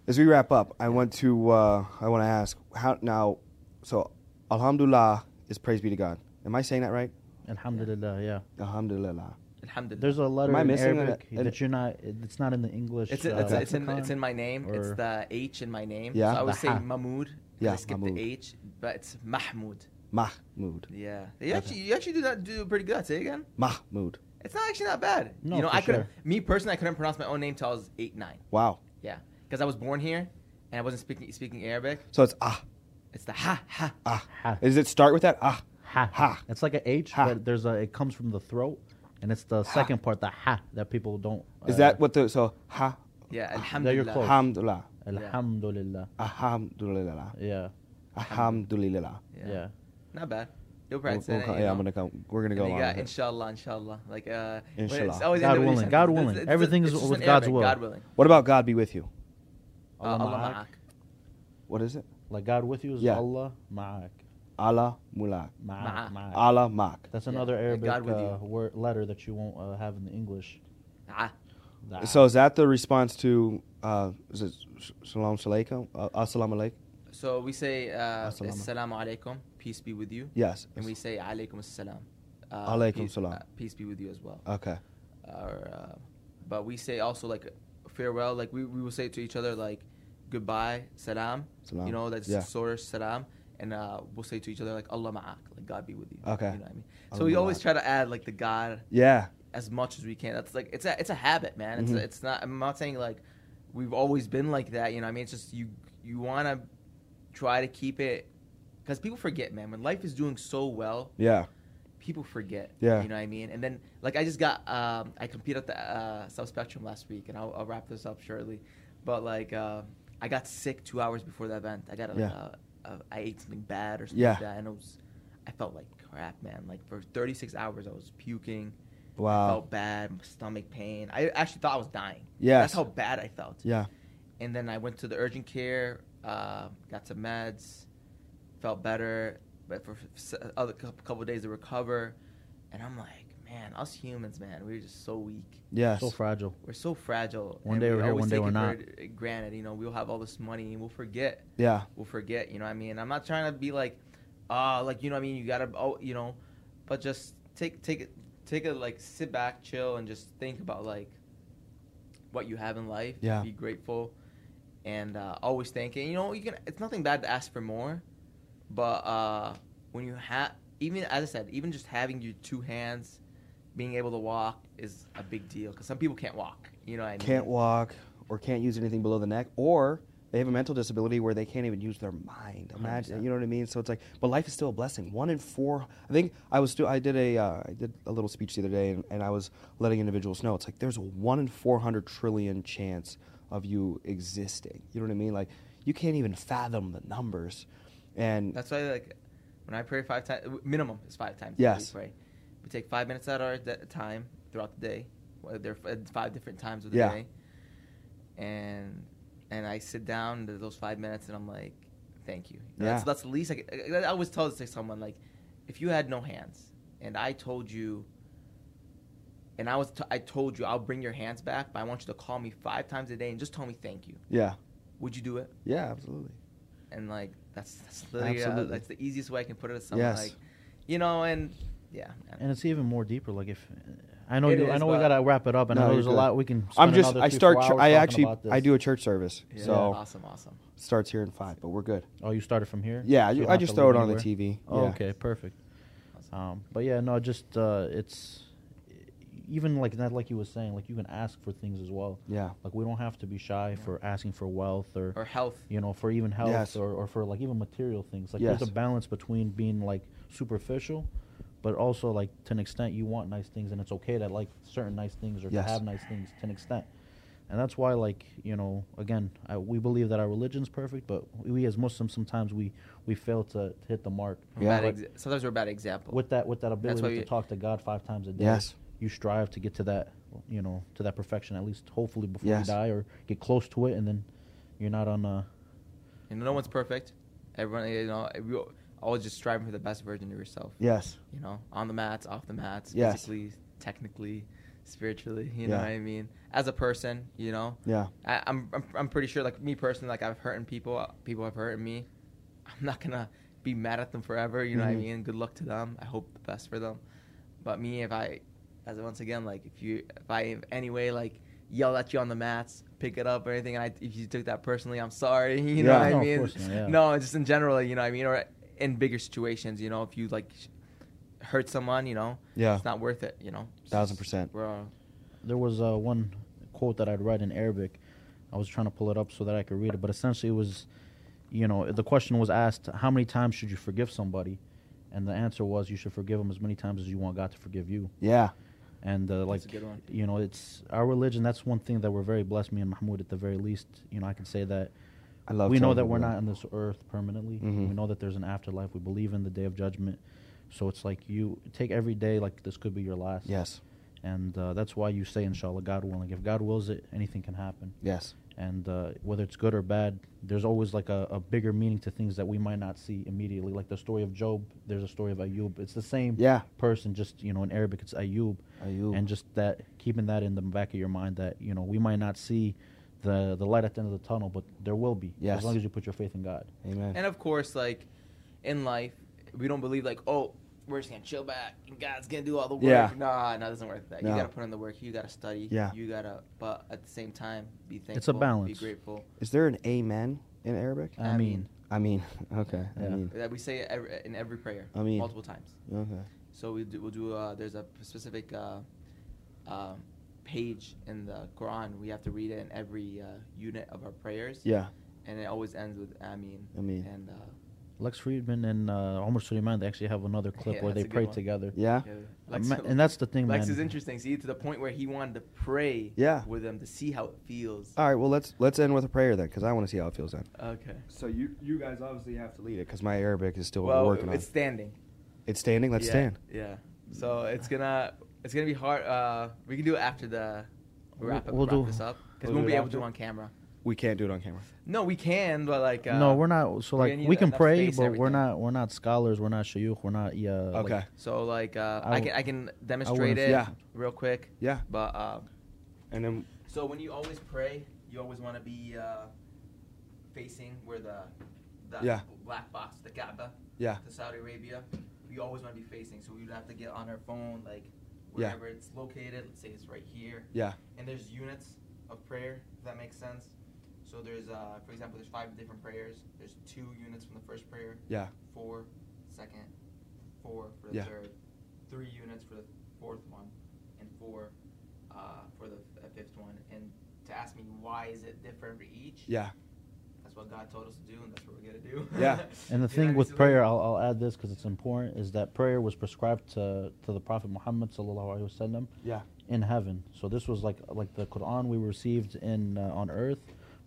[SPEAKER 1] As we wrap up, I want to uh, I want to ask how now. So, Alhamdulillah is praise be to God. Am I saying that right?
[SPEAKER 3] Alhamdulillah, yeah.
[SPEAKER 1] Alhamdulillah.
[SPEAKER 2] alhamdulillah.
[SPEAKER 3] There's a letter
[SPEAKER 1] Am I
[SPEAKER 3] in
[SPEAKER 1] missing an-
[SPEAKER 3] Arabic
[SPEAKER 1] an-
[SPEAKER 3] that you're not. It's not in the English.
[SPEAKER 2] it's, it's,
[SPEAKER 3] uh,
[SPEAKER 2] it's in it's in my name. It's
[SPEAKER 3] or-
[SPEAKER 2] the H in my name.
[SPEAKER 1] Yeah.
[SPEAKER 2] So I would
[SPEAKER 3] The
[SPEAKER 2] say
[SPEAKER 3] ha.
[SPEAKER 2] Mahmoud. 'cause
[SPEAKER 1] Yeah,
[SPEAKER 2] I skip
[SPEAKER 1] Mahmood.
[SPEAKER 2] the H, but it's Mahmoud.
[SPEAKER 1] Mahmoud.
[SPEAKER 2] Yeah. You actually you actually do that do pretty good. Say it again.
[SPEAKER 1] Mahmoud.
[SPEAKER 2] It's not actually not bad.
[SPEAKER 3] No,
[SPEAKER 2] you know,
[SPEAKER 3] for
[SPEAKER 2] I could
[SPEAKER 3] sure.
[SPEAKER 2] me personally I couldn't pronounce my own name till I was eight nine.
[SPEAKER 1] Wow.
[SPEAKER 2] Yeah, because I was born here and I wasn't speaking speaking Arabic.
[SPEAKER 1] So it's ah
[SPEAKER 2] It's the ha ha.
[SPEAKER 1] ah.
[SPEAKER 3] Ha.
[SPEAKER 1] Does it start with that ah?
[SPEAKER 3] Ha.
[SPEAKER 1] Ha.
[SPEAKER 3] It's like an H,
[SPEAKER 1] Ha.
[SPEAKER 3] but there's a. It comes from the throat, and it's the second part, the ha, that people don't.
[SPEAKER 1] Is
[SPEAKER 3] uh,
[SPEAKER 1] that what the so ha?
[SPEAKER 2] Yeah,
[SPEAKER 3] Ah, There you're
[SPEAKER 2] alhamdulillah.
[SPEAKER 3] close.
[SPEAKER 1] Alhamdulillah.
[SPEAKER 3] Alhamdulillah.
[SPEAKER 1] Alhamdulillah.
[SPEAKER 3] Yeah.
[SPEAKER 1] Alhamdulillah.
[SPEAKER 3] Yeah.
[SPEAKER 2] Not bad. You'll
[SPEAKER 1] We'll,
[SPEAKER 2] practice
[SPEAKER 1] we'll,
[SPEAKER 2] it.
[SPEAKER 1] co-
[SPEAKER 2] you
[SPEAKER 1] yeah,
[SPEAKER 2] know?
[SPEAKER 1] I'm gonna come. We're gonna
[SPEAKER 2] And
[SPEAKER 1] go
[SPEAKER 2] you
[SPEAKER 1] along
[SPEAKER 2] got
[SPEAKER 1] with it.
[SPEAKER 2] inshallah, inshallah. Like uh, when it's
[SPEAKER 1] Inshallah.
[SPEAKER 2] always
[SPEAKER 3] God
[SPEAKER 2] end of each
[SPEAKER 3] willing,
[SPEAKER 2] sentence,
[SPEAKER 3] God
[SPEAKER 2] it's-
[SPEAKER 3] willing.
[SPEAKER 2] it's just-
[SPEAKER 3] Everything is
[SPEAKER 2] it's just
[SPEAKER 3] with
[SPEAKER 2] in
[SPEAKER 3] God's
[SPEAKER 2] Arabic,
[SPEAKER 3] will.
[SPEAKER 2] God willing.
[SPEAKER 1] What about God be with you?
[SPEAKER 2] Uh,
[SPEAKER 3] Allah
[SPEAKER 2] Allah
[SPEAKER 3] ma'ak.
[SPEAKER 2] ma'ak.
[SPEAKER 1] What is it?
[SPEAKER 3] Like God with you is
[SPEAKER 1] Yeah.
[SPEAKER 3] Allah ma'ak.
[SPEAKER 1] Allah mulak.
[SPEAKER 3] Ma'ak.
[SPEAKER 2] Ma'ak.
[SPEAKER 3] Ma'ak.
[SPEAKER 1] Allah mak.
[SPEAKER 3] That's
[SPEAKER 2] Yeah,
[SPEAKER 3] another
[SPEAKER 2] like
[SPEAKER 3] Arabic
[SPEAKER 2] God with you.
[SPEAKER 3] uh, word, letter that you won't uh, have in the English.
[SPEAKER 2] Ah,
[SPEAKER 3] The
[SPEAKER 1] So is that the response to uh, is it s- Shalom Salekum? Uh, Assalamu alaikum.
[SPEAKER 2] So we say uh,
[SPEAKER 1] Assalamu.
[SPEAKER 2] Assalamu alaikum, peace be with you,
[SPEAKER 1] Yes.
[SPEAKER 2] and we say alaikum assalam. Uh,
[SPEAKER 1] Alaikum
[SPEAKER 2] peace,
[SPEAKER 1] salam.
[SPEAKER 2] uh, peace be with you as well.
[SPEAKER 1] Okay.
[SPEAKER 2] or uh, but we say also like farewell like we, we will say to each other like goodbye salam,
[SPEAKER 1] Salam.
[SPEAKER 2] you know that's
[SPEAKER 1] Yeah.
[SPEAKER 2] sort of salam and uh, we'll say to each other like allah ma'ak like god be with you
[SPEAKER 1] Okay.
[SPEAKER 2] you know what i mean so
[SPEAKER 1] Allah
[SPEAKER 2] we always
[SPEAKER 1] ma'ak.
[SPEAKER 2] try to add like the god
[SPEAKER 1] Yeah.
[SPEAKER 2] as much as we can that's like it's a it's a habit man it's
[SPEAKER 1] Mhm.
[SPEAKER 2] a, it's not i'm not saying like we've always been like that you know what i mean it's just you you want to try to keep it because people forget man when life is doing so well
[SPEAKER 1] Yeah.
[SPEAKER 2] people forget.
[SPEAKER 1] Yeah.
[SPEAKER 2] You know what I mean? And then, like, I just got, um, I competed at the uh, South Spectrum last week, and I'll, I'll wrap this up shortly. But, like, uh, I got sick two hours before the event. I got, like,
[SPEAKER 1] Yeah.
[SPEAKER 2] a, uh, a, I ate something bad or something
[SPEAKER 1] Yeah.
[SPEAKER 2] like that, and it was, I felt like crap, man. Like, for 36 hours, I was puking. I
[SPEAKER 1] Wow.
[SPEAKER 2] felt bad, my stomach pain. I actually thought I was dying.
[SPEAKER 1] Yes.
[SPEAKER 2] That's how bad I felt.
[SPEAKER 1] Yeah.
[SPEAKER 2] And then I went to the urgent care, uh, got some meds, felt better, but for s- other cou- couple days to recover. And I'm like, man, us humans, man, we're just so weak.
[SPEAKER 1] Yes.
[SPEAKER 3] So fragile.
[SPEAKER 2] We're so fragile.
[SPEAKER 3] One
[SPEAKER 2] and
[SPEAKER 3] day
[SPEAKER 2] we
[SPEAKER 3] we're here,
[SPEAKER 2] always
[SPEAKER 3] one day
[SPEAKER 2] take
[SPEAKER 3] we're
[SPEAKER 2] it
[SPEAKER 3] not.
[SPEAKER 2] for Granted, you know, we'll have all this money and we'll forget.
[SPEAKER 1] Yeah.
[SPEAKER 2] We'll forget, you know what I mean? I'm not trying to be like, ah, like, you know what I mean? You gotta, oh, you know, but just take, take it, take a, like, sit back, chill, and just think about, like, what you have in life.
[SPEAKER 1] Yeah.
[SPEAKER 2] Be grateful and uh, always thinking. You know, you can. It's nothing bad to ask for more, but uh, when you have, even as I said, even just having your two hands, being able to walk is a big deal because some people can't walk. You know, what I mean?
[SPEAKER 1] Can't walk or can't use anything below the neck or they have a mental disability where they can't even use their mind. Imagine,
[SPEAKER 2] 100%.
[SPEAKER 1] you know what I mean? So it's like, but life is still a blessing. One in four. I think I was. do- I did a. Uh, I did a little speech the other day, and, and I was letting individuals know it's like there's a one in four hundred trillion chance of you existing. You know what I mean? Like you can't even fathom the numbers, and
[SPEAKER 2] That's why, like, when I pray five times, minimum is five times.
[SPEAKER 1] Yes.
[SPEAKER 2] We pray. We take five minutes out of our de- time throughout the day. Well, There are f- uh, five different times of the
[SPEAKER 1] Yeah.
[SPEAKER 2] day. And and I sit down to those five minutes, and I'm like, thank you. That's,
[SPEAKER 1] Yeah.
[SPEAKER 2] that's the least I, could, I I always tell this to someone like, if you had no hands, and I told you. And I was t- I told you I'll bring your hands back, but I want you to call me five times a day and just tell me thank you.
[SPEAKER 1] yeah,
[SPEAKER 2] Would you do it?
[SPEAKER 1] yeah, absolutely.
[SPEAKER 2] and like that's that's literally uh,
[SPEAKER 1] Absolutely.
[SPEAKER 2] that's the easiest way I can put it. Is something
[SPEAKER 1] Yes.
[SPEAKER 2] like, you know, and yeah, man.
[SPEAKER 3] And it's even more deeper. Like if I know,
[SPEAKER 2] It
[SPEAKER 3] you, I
[SPEAKER 2] is,
[SPEAKER 3] know we
[SPEAKER 2] but-
[SPEAKER 3] gotta wrap it up, and
[SPEAKER 1] No,
[SPEAKER 3] I know
[SPEAKER 1] you're
[SPEAKER 3] there's a
[SPEAKER 1] good.
[SPEAKER 3] lot we can.
[SPEAKER 1] I'm
[SPEAKER 3] Spend
[SPEAKER 1] just.
[SPEAKER 3] another
[SPEAKER 1] I
[SPEAKER 3] three,
[SPEAKER 1] start.
[SPEAKER 3] four
[SPEAKER 1] chur-
[SPEAKER 3] hours
[SPEAKER 1] I
[SPEAKER 3] talking
[SPEAKER 1] actually.
[SPEAKER 3] about this.
[SPEAKER 1] I do a church service,
[SPEAKER 2] Yeah,
[SPEAKER 1] so
[SPEAKER 2] awesome, awesome.
[SPEAKER 1] starts here in five, but we're good.
[SPEAKER 3] Oh, you started from here?
[SPEAKER 1] Yeah,
[SPEAKER 3] So you
[SPEAKER 1] you,
[SPEAKER 3] don't
[SPEAKER 1] I
[SPEAKER 3] have
[SPEAKER 1] just
[SPEAKER 3] to
[SPEAKER 1] throw it
[SPEAKER 3] leave
[SPEAKER 1] on the
[SPEAKER 3] anywhere?
[SPEAKER 1] TV.
[SPEAKER 3] Oh,
[SPEAKER 1] yeah.
[SPEAKER 3] okay, perfect.
[SPEAKER 2] awesome.
[SPEAKER 3] Um, but yeah, no, just uh, it's even like not like you was saying, like you can ask for things as well.
[SPEAKER 1] Yeah.
[SPEAKER 3] Like we don't have to be shy
[SPEAKER 2] Yeah.
[SPEAKER 3] for asking for wealth or,
[SPEAKER 2] or health.
[SPEAKER 3] you know for even health
[SPEAKER 1] Yes.
[SPEAKER 3] or, or for like even material things. Like
[SPEAKER 1] Yes.
[SPEAKER 3] there's a balance between being like superficial, but also like to an extent you want nice things and it's okay to like certain nice things or
[SPEAKER 1] Yes.
[SPEAKER 3] to have nice things to an extent. And that's why, like you know, again, I, we believe that our religion's perfect, but we as Muslims sometimes we we fail to, to hit the mark.
[SPEAKER 2] We're
[SPEAKER 1] Yeah.
[SPEAKER 2] bad ex- sometimes we're a bad example.
[SPEAKER 3] with that with that ability
[SPEAKER 2] why
[SPEAKER 3] to
[SPEAKER 2] you-
[SPEAKER 3] talk to God five times a day.
[SPEAKER 1] Yes.
[SPEAKER 3] You strive to get to that, you know, to that perfection at least, hopefully before
[SPEAKER 1] Yes.
[SPEAKER 3] you die, or get close to it, and then you're not on a.
[SPEAKER 2] you know, no one's perfect. Everyone, you know, we always just striving for the best version of yourself.
[SPEAKER 1] Yes.
[SPEAKER 2] You know, on the mats, off the mats,
[SPEAKER 1] Yes.
[SPEAKER 2] physically, technically, spiritually. You know
[SPEAKER 1] Yeah.
[SPEAKER 2] what I mean? As a person, you know.
[SPEAKER 1] Yeah.
[SPEAKER 2] I, I'm, I'm I'm pretty sure like me personally like I've hurting people uh, people have hurting me I'm not gonna be mad at them forever you know what
[SPEAKER 1] Mhm.
[SPEAKER 2] I mean good luck to them I hope the best for them but me if I as once again like if you if I in any way like yell at you on the mats pick it up or anything and I, if you took that personally I'm sorry you know
[SPEAKER 1] Yeah.
[SPEAKER 2] what
[SPEAKER 1] No,
[SPEAKER 2] I
[SPEAKER 3] of
[SPEAKER 2] mean
[SPEAKER 3] course not, yeah.
[SPEAKER 2] no just in general you know what I mean or in bigger situations you know if you like sh- hurt someone you know
[SPEAKER 1] Yeah.
[SPEAKER 2] it's not worth it you know
[SPEAKER 1] Thousand percent.
[SPEAKER 2] we're all,
[SPEAKER 3] There was uh, one quote that I'd read in Arabic. I was trying to pull it up so that I could read it, but essentially it was, you know, the question was asked, how many times should you forgive somebody? And the answer was, you should forgive them as many times as you want God to forgive you.
[SPEAKER 1] Yeah.
[SPEAKER 3] and uh, like
[SPEAKER 2] That's a good one.
[SPEAKER 3] you know it's our religion that's one thing that we're very blessed me and mahmoud at the very least you know i can say that
[SPEAKER 1] I love
[SPEAKER 3] we know
[SPEAKER 1] telling
[SPEAKER 3] that
[SPEAKER 1] people
[SPEAKER 3] we're
[SPEAKER 1] that.
[SPEAKER 3] not on this earth permanently
[SPEAKER 1] Mhm.
[SPEAKER 3] we know that there's an afterlife we believe in the day of judgment so it's like you take every day like this could be your last
[SPEAKER 1] Yes.
[SPEAKER 3] and uh, that's why you say inshallah god willing if god wills it anything can happen
[SPEAKER 1] Yes.
[SPEAKER 3] and uh, whether it's good or bad, there's always like a, a bigger meaning to things that we might not see immediately. Like the story of Job, there's a story of Ayub. It's the same
[SPEAKER 1] Yeah.
[SPEAKER 3] person, just you know, in Arabic it's Ayub.
[SPEAKER 1] Ayub.
[SPEAKER 3] and just that keeping that in the back of your mind that you know we might not see the the light at the end of the tunnel, but there will be
[SPEAKER 1] Yes.
[SPEAKER 3] as long as you put your faith in God.
[SPEAKER 1] Amen.
[SPEAKER 2] And of course, like in life, we don't believe like, oh, we're just gonna chill back and God's gonna do all the work.
[SPEAKER 1] Yeah.
[SPEAKER 2] Nah, nah, it doesn't work that.
[SPEAKER 1] No.
[SPEAKER 2] You gotta put in the work. You gotta study.
[SPEAKER 1] Yeah.
[SPEAKER 2] You gotta, but at the same time, be thankful.
[SPEAKER 3] It's a
[SPEAKER 2] Be
[SPEAKER 3] balance.
[SPEAKER 2] grateful.
[SPEAKER 1] Is there an amen in Arabic?
[SPEAKER 3] I
[SPEAKER 2] Ameen.
[SPEAKER 3] mean,
[SPEAKER 1] I mean, okay. I
[SPEAKER 3] Yeah.
[SPEAKER 1] mean,
[SPEAKER 2] That we say it every, in every prayer.
[SPEAKER 1] Mm. I mean-
[SPEAKER 2] multiple times.
[SPEAKER 1] okay.
[SPEAKER 2] So we do. We'll do. Uh, there's a specific uh, um page in the Quran. We have to read it in every uh, unit of our prayers.
[SPEAKER 1] Yeah.
[SPEAKER 2] And it always ends with Ameen.
[SPEAKER 1] Ameen.
[SPEAKER 2] And uh,
[SPEAKER 3] Lex Friedman and uh, Omar Suleiman, they actually have another clip
[SPEAKER 2] Yeah,
[SPEAKER 3] where they
[SPEAKER 2] that's a good
[SPEAKER 3] pray
[SPEAKER 2] one.
[SPEAKER 3] together.
[SPEAKER 1] Yeah.
[SPEAKER 2] Lex,
[SPEAKER 3] Ma- and that's the thing,
[SPEAKER 2] Lex
[SPEAKER 3] man.
[SPEAKER 2] is interesting. See, to the point where he wanted to pray
[SPEAKER 1] Yeah. Ah.
[SPEAKER 2] with them to see how it feels.
[SPEAKER 1] All right. Well, let's let's end with a prayer then, because I want to see how it feels then.
[SPEAKER 2] Okay.
[SPEAKER 1] So you you guys obviously have to lead it, because my Arabic is still
[SPEAKER 2] Well,
[SPEAKER 1] working on.
[SPEAKER 2] it's
[SPEAKER 1] It's,
[SPEAKER 2] standing.
[SPEAKER 1] standing. Let's
[SPEAKER 2] yeah,
[SPEAKER 1] stand.
[SPEAKER 2] Yeah. So it's gonna it's gonna be hard. Uh, we can do it after the we wrap, up,
[SPEAKER 3] We'll
[SPEAKER 2] wrap
[SPEAKER 3] do-
[SPEAKER 2] this up because
[SPEAKER 3] we'll
[SPEAKER 2] we won't
[SPEAKER 3] do
[SPEAKER 2] be
[SPEAKER 3] it
[SPEAKER 2] able to
[SPEAKER 3] after?
[SPEAKER 2] on camera.
[SPEAKER 1] We can't do it on camera.
[SPEAKER 2] No, we can, but like uh,
[SPEAKER 3] no, we're not. So
[SPEAKER 2] we're
[SPEAKER 3] like
[SPEAKER 2] gonna need
[SPEAKER 3] we can
[SPEAKER 2] enough
[SPEAKER 3] pray,
[SPEAKER 2] space and
[SPEAKER 3] but we're
[SPEAKER 2] everything.
[SPEAKER 3] not. We're not scholars. We're not shuyukh. We're not. Yeah.
[SPEAKER 1] Okay.
[SPEAKER 3] Like,
[SPEAKER 2] So like uh, I,
[SPEAKER 3] I w-
[SPEAKER 2] can I can demonstrate
[SPEAKER 3] wouldn't-
[SPEAKER 2] it
[SPEAKER 1] Yeah.
[SPEAKER 2] real quick.
[SPEAKER 1] Yeah.
[SPEAKER 2] But um,
[SPEAKER 1] And then
[SPEAKER 2] so when you always pray, you always want to be uh, facing where the the
[SPEAKER 1] Yeah.
[SPEAKER 2] black box, the Kaaba,
[SPEAKER 1] yeah,
[SPEAKER 2] to Saudi Arabia. We always want to be facing, so we'd have to get on our phone like
[SPEAKER 1] Yeah.
[SPEAKER 2] wherever it's located. Let's say it's right here.
[SPEAKER 1] yeah,
[SPEAKER 2] and there's units of prayer if that makes sense so there's uh, for example there's five different prayers there's two units from the first prayer
[SPEAKER 1] yeah,
[SPEAKER 2] four second four for the
[SPEAKER 1] Yeah.
[SPEAKER 2] third three units for the fourth one and four uh, for the uh, fifth one and to ask me why is it different for each
[SPEAKER 1] yeah,
[SPEAKER 2] that's what god told us to do and that's what we're gonna do
[SPEAKER 1] Yeah.
[SPEAKER 3] And the
[SPEAKER 2] You know what I
[SPEAKER 3] thing
[SPEAKER 2] mean?
[SPEAKER 3] with
[SPEAKER 2] So, like,
[SPEAKER 3] prayer, I'll, I'll add this because it's important, is that prayer was prescribed to, to the Prophet Muhammad sallallahu alaihi wasallam
[SPEAKER 1] yeah,
[SPEAKER 3] in heaven. So this was like like the Quran we received in uh, on earth,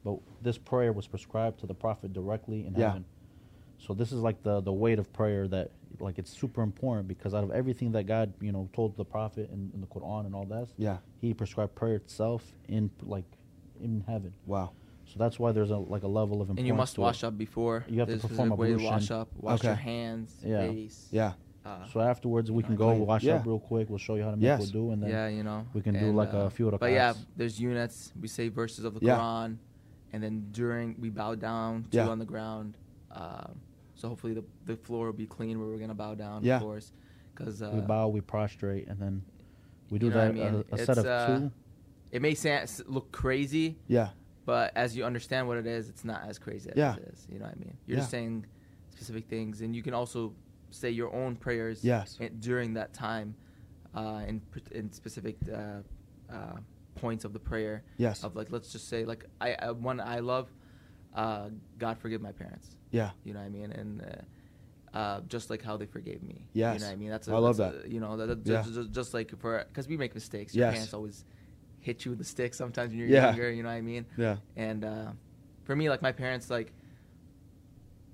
[SPEAKER 3] but this prayer was prescribed to the Prophet directly in
[SPEAKER 1] Yeah.
[SPEAKER 3] heaven. So this is like the the weight of prayer that like it's super important because out of everything that God you know told the Prophet in, in the Quran and all that,
[SPEAKER 1] yeah.
[SPEAKER 3] He prescribed prayer itself in like in heaven.
[SPEAKER 1] Wow.
[SPEAKER 3] So that's why there's a like a level of importance.
[SPEAKER 2] and you must
[SPEAKER 3] to
[SPEAKER 2] wash
[SPEAKER 3] it.
[SPEAKER 2] up before
[SPEAKER 3] You have to
[SPEAKER 2] There's a
[SPEAKER 3] perform
[SPEAKER 2] specific way to
[SPEAKER 3] ablution.
[SPEAKER 2] wash up wash your
[SPEAKER 1] Okay.
[SPEAKER 2] hands
[SPEAKER 3] Yeah.
[SPEAKER 2] face
[SPEAKER 1] Yeah.
[SPEAKER 2] uh,
[SPEAKER 3] So afterwards, we can
[SPEAKER 2] Not
[SPEAKER 3] go
[SPEAKER 1] clean.
[SPEAKER 3] wash
[SPEAKER 1] Yeah.
[SPEAKER 3] up real quick. We'll show you how to make
[SPEAKER 1] Yes.
[SPEAKER 3] wudu, and then
[SPEAKER 2] yeah, you know, uh,
[SPEAKER 3] we can do, like, a few
[SPEAKER 2] But yeah,
[SPEAKER 3] rak'ats.
[SPEAKER 2] there's units. We say verses of the
[SPEAKER 1] Yeah.
[SPEAKER 2] Quran, and then during we bow down, two
[SPEAKER 1] Yeah.
[SPEAKER 2] on the ground. Um, so hopefully the the floor will be clean where we're gonna bow down,
[SPEAKER 1] Yeah.
[SPEAKER 2] of course, because uh,
[SPEAKER 3] we bow, we prostrate, and then we do
[SPEAKER 2] you know what
[SPEAKER 3] that
[SPEAKER 2] I mean?
[SPEAKER 3] a, a set
[SPEAKER 2] It's,
[SPEAKER 3] of
[SPEAKER 2] uh,
[SPEAKER 3] two.
[SPEAKER 2] It may sa- s- look crazy,
[SPEAKER 1] Yeah.
[SPEAKER 2] but as you understand what it is, it's not as crazy as
[SPEAKER 1] Yeah.
[SPEAKER 2] it is. You know what I mean? You're just
[SPEAKER 1] Yeah.
[SPEAKER 2] saying specific things, and you can also say your own prayers.
[SPEAKER 1] Yes.
[SPEAKER 2] i- during that time, uh, in p- in specific uh, uh, points of the prayer.
[SPEAKER 1] Yes.
[SPEAKER 2] Of like, let's just say like I, I one I love, uh, God forgive my parents.
[SPEAKER 1] Yeah.
[SPEAKER 2] You know what I mean? And uh, uh, just like how they forgave me. You
[SPEAKER 1] Yes.
[SPEAKER 2] know what I mean? That's
[SPEAKER 1] I love
[SPEAKER 2] that's
[SPEAKER 1] that.
[SPEAKER 2] you know, that, that-
[SPEAKER 1] Yeah.
[SPEAKER 2] just, just, just like for because we make mistakes. Your
[SPEAKER 1] Yes.
[SPEAKER 2] parents always hit you with the stick sometimes when you're
[SPEAKER 1] Yeah.
[SPEAKER 2] younger. You know what I mean?
[SPEAKER 1] Yeah.
[SPEAKER 2] And uh, for me, like my parents, like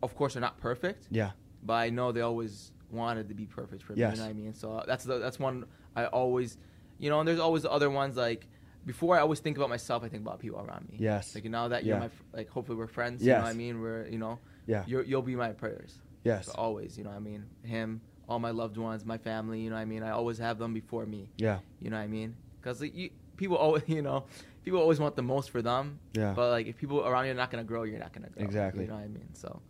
[SPEAKER 2] of course they're not perfect,
[SPEAKER 1] Yeah.
[SPEAKER 2] but I know they always wanted to be perfect for me.
[SPEAKER 1] Yes.
[SPEAKER 2] You know what I mean? So uh, that's the, that's one I always, you know, and there's always other ones like before I always think about myself, I think about people around me.
[SPEAKER 1] Yes.
[SPEAKER 2] Like now that you're
[SPEAKER 1] Yeah.
[SPEAKER 2] my fr- like hopefully we're friends. You
[SPEAKER 1] Yes.
[SPEAKER 2] know what I mean? We're you know
[SPEAKER 1] Yeah.
[SPEAKER 2] you're, you'll be my prayers.
[SPEAKER 1] Yes.
[SPEAKER 2] So always. You know what I mean? Him, all my loved ones, my family. You know what I mean? I always have them before me.
[SPEAKER 1] Yeah.
[SPEAKER 2] You know what I mean? Because like, you, people always, you know, people always want the most for them.
[SPEAKER 1] Yeah.
[SPEAKER 2] But like, if people around you are not gonna grow, you're not gonna grow.
[SPEAKER 1] Exactly.
[SPEAKER 2] You know what I mean? So,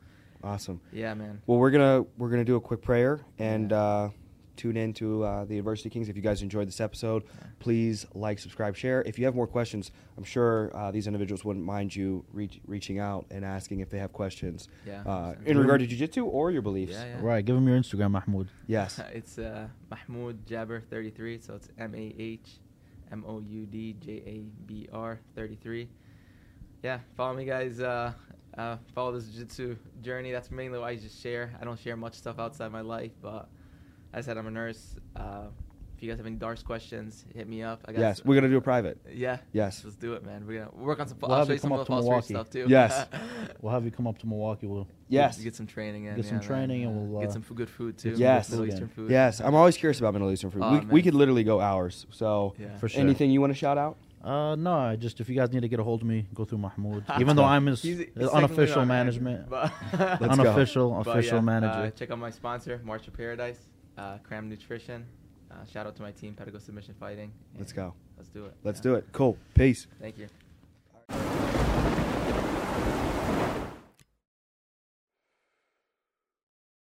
[SPEAKER 1] Awesome.
[SPEAKER 2] yeah, man.
[SPEAKER 1] Well, we're gonna we're gonna do a quick prayer and uh, tune in to uh, the Adversity Kings. If you guys enjoyed this episode, please like, subscribe, share. If you have more questions, I'm sure uh, these individuals wouldn't mind you reach, reaching out and asking if they have questions
[SPEAKER 2] Yeah,
[SPEAKER 1] uh,
[SPEAKER 2] 100%.
[SPEAKER 1] in regard to jujitsu or your beliefs.
[SPEAKER 2] Yeah, yeah.
[SPEAKER 3] Right, give him your Instagram, Mahmoud.
[SPEAKER 1] Yes.
[SPEAKER 2] it's uh, Mahmoud Jabber 33. So it's M A H M O U D J A B R 33. Yeah, follow me, guys. Uh, uh, follow this jiu-jitsu journey. That's mainly what I just share. I don't share much stuff outside my life, but as I said, I'm a nurse. Uh, if you guys have any darts questions, hit me up. I got
[SPEAKER 1] Yes. We're gonna do a private.
[SPEAKER 2] Yeah.
[SPEAKER 1] Yes.
[SPEAKER 2] Let's do it, man. We're gonna work on some.
[SPEAKER 3] We'll
[SPEAKER 2] I'll
[SPEAKER 3] have
[SPEAKER 2] show
[SPEAKER 3] you
[SPEAKER 2] you some
[SPEAKER 3] come
[SPEAKER 2] of the
[SPEAKER 3] up to
[SPEAKER 2] false reach stuff
[SPEAKER 3] Milwaukee.
[SPEAKER 2] too.
[SPEAKER 1] Yes.
[SPEAKER 3] We'll have you come up to Milwaukee. We'll
[SPEAKER 1] Yes.
[SPEAKER 2] Get some training in.
[SPEAKER 3] Get some
[SPEAKER 2] yeah, man.
[SPEAKER 3] training and we'll,
[SPEAKER 2] get
[SPEAKER 3] uh,
[SPEAKER 2] some f- good food too.
[SPEAKER 1] Yes.
[SPEAKER 2] Middle Eastern food.
[SPEAKER 1] Yes. I'm always curious about Middle Eastern food.
[SPEAKER 2] Aw,
[SPEAKER 1] we, we
[SPEAKER 2] man.
[SPEAKER 1] could literally go hours. So,
[SPEAKER 2] Yeah.
[SPEAKER 3] For sure.
[SPEAKER 1] anything you want to shout out?
[SPEAKER 3] Uh, no, I just if you guys need to get a hold of me, go through Mahmoud. Even though I'm his
[SPEAKER 2] He's- he's
[SPEAKER 3] his
[SPEAKER 2] technically
[SPEAKER 3] unofficial
[SPEAKER 2] not
[SPEAKER 3] management,
[SPEAKER 2] manager,
[SPEAKER 1] Let's
[SPEAKER 2] but-
[SPEAKER 1] go.
[SPEAKER 3] unofficial
[SPEAKER 2] But
[SPEAKER 3] official
[SPEAKER 2] yeah, Uh,
[SPEAKER 3] manager.
[SPEAKER 2] check out my sponsor, March of Paradise, uh, Cram Nutrition. Uh, shout out to my team, Pedigo Submission Fighting.
[SPEAKER 1] Let's
[SPEAKER 2] and
[SPEAKER 1] go.
[SPEAKER 2] Let's do it.
[SPEAKER 1] Let's
[SPEAKER 2] Yeah.
[SPEAKER 1] do it. Cool. Peace.
[SPEAKER 2] Thank you.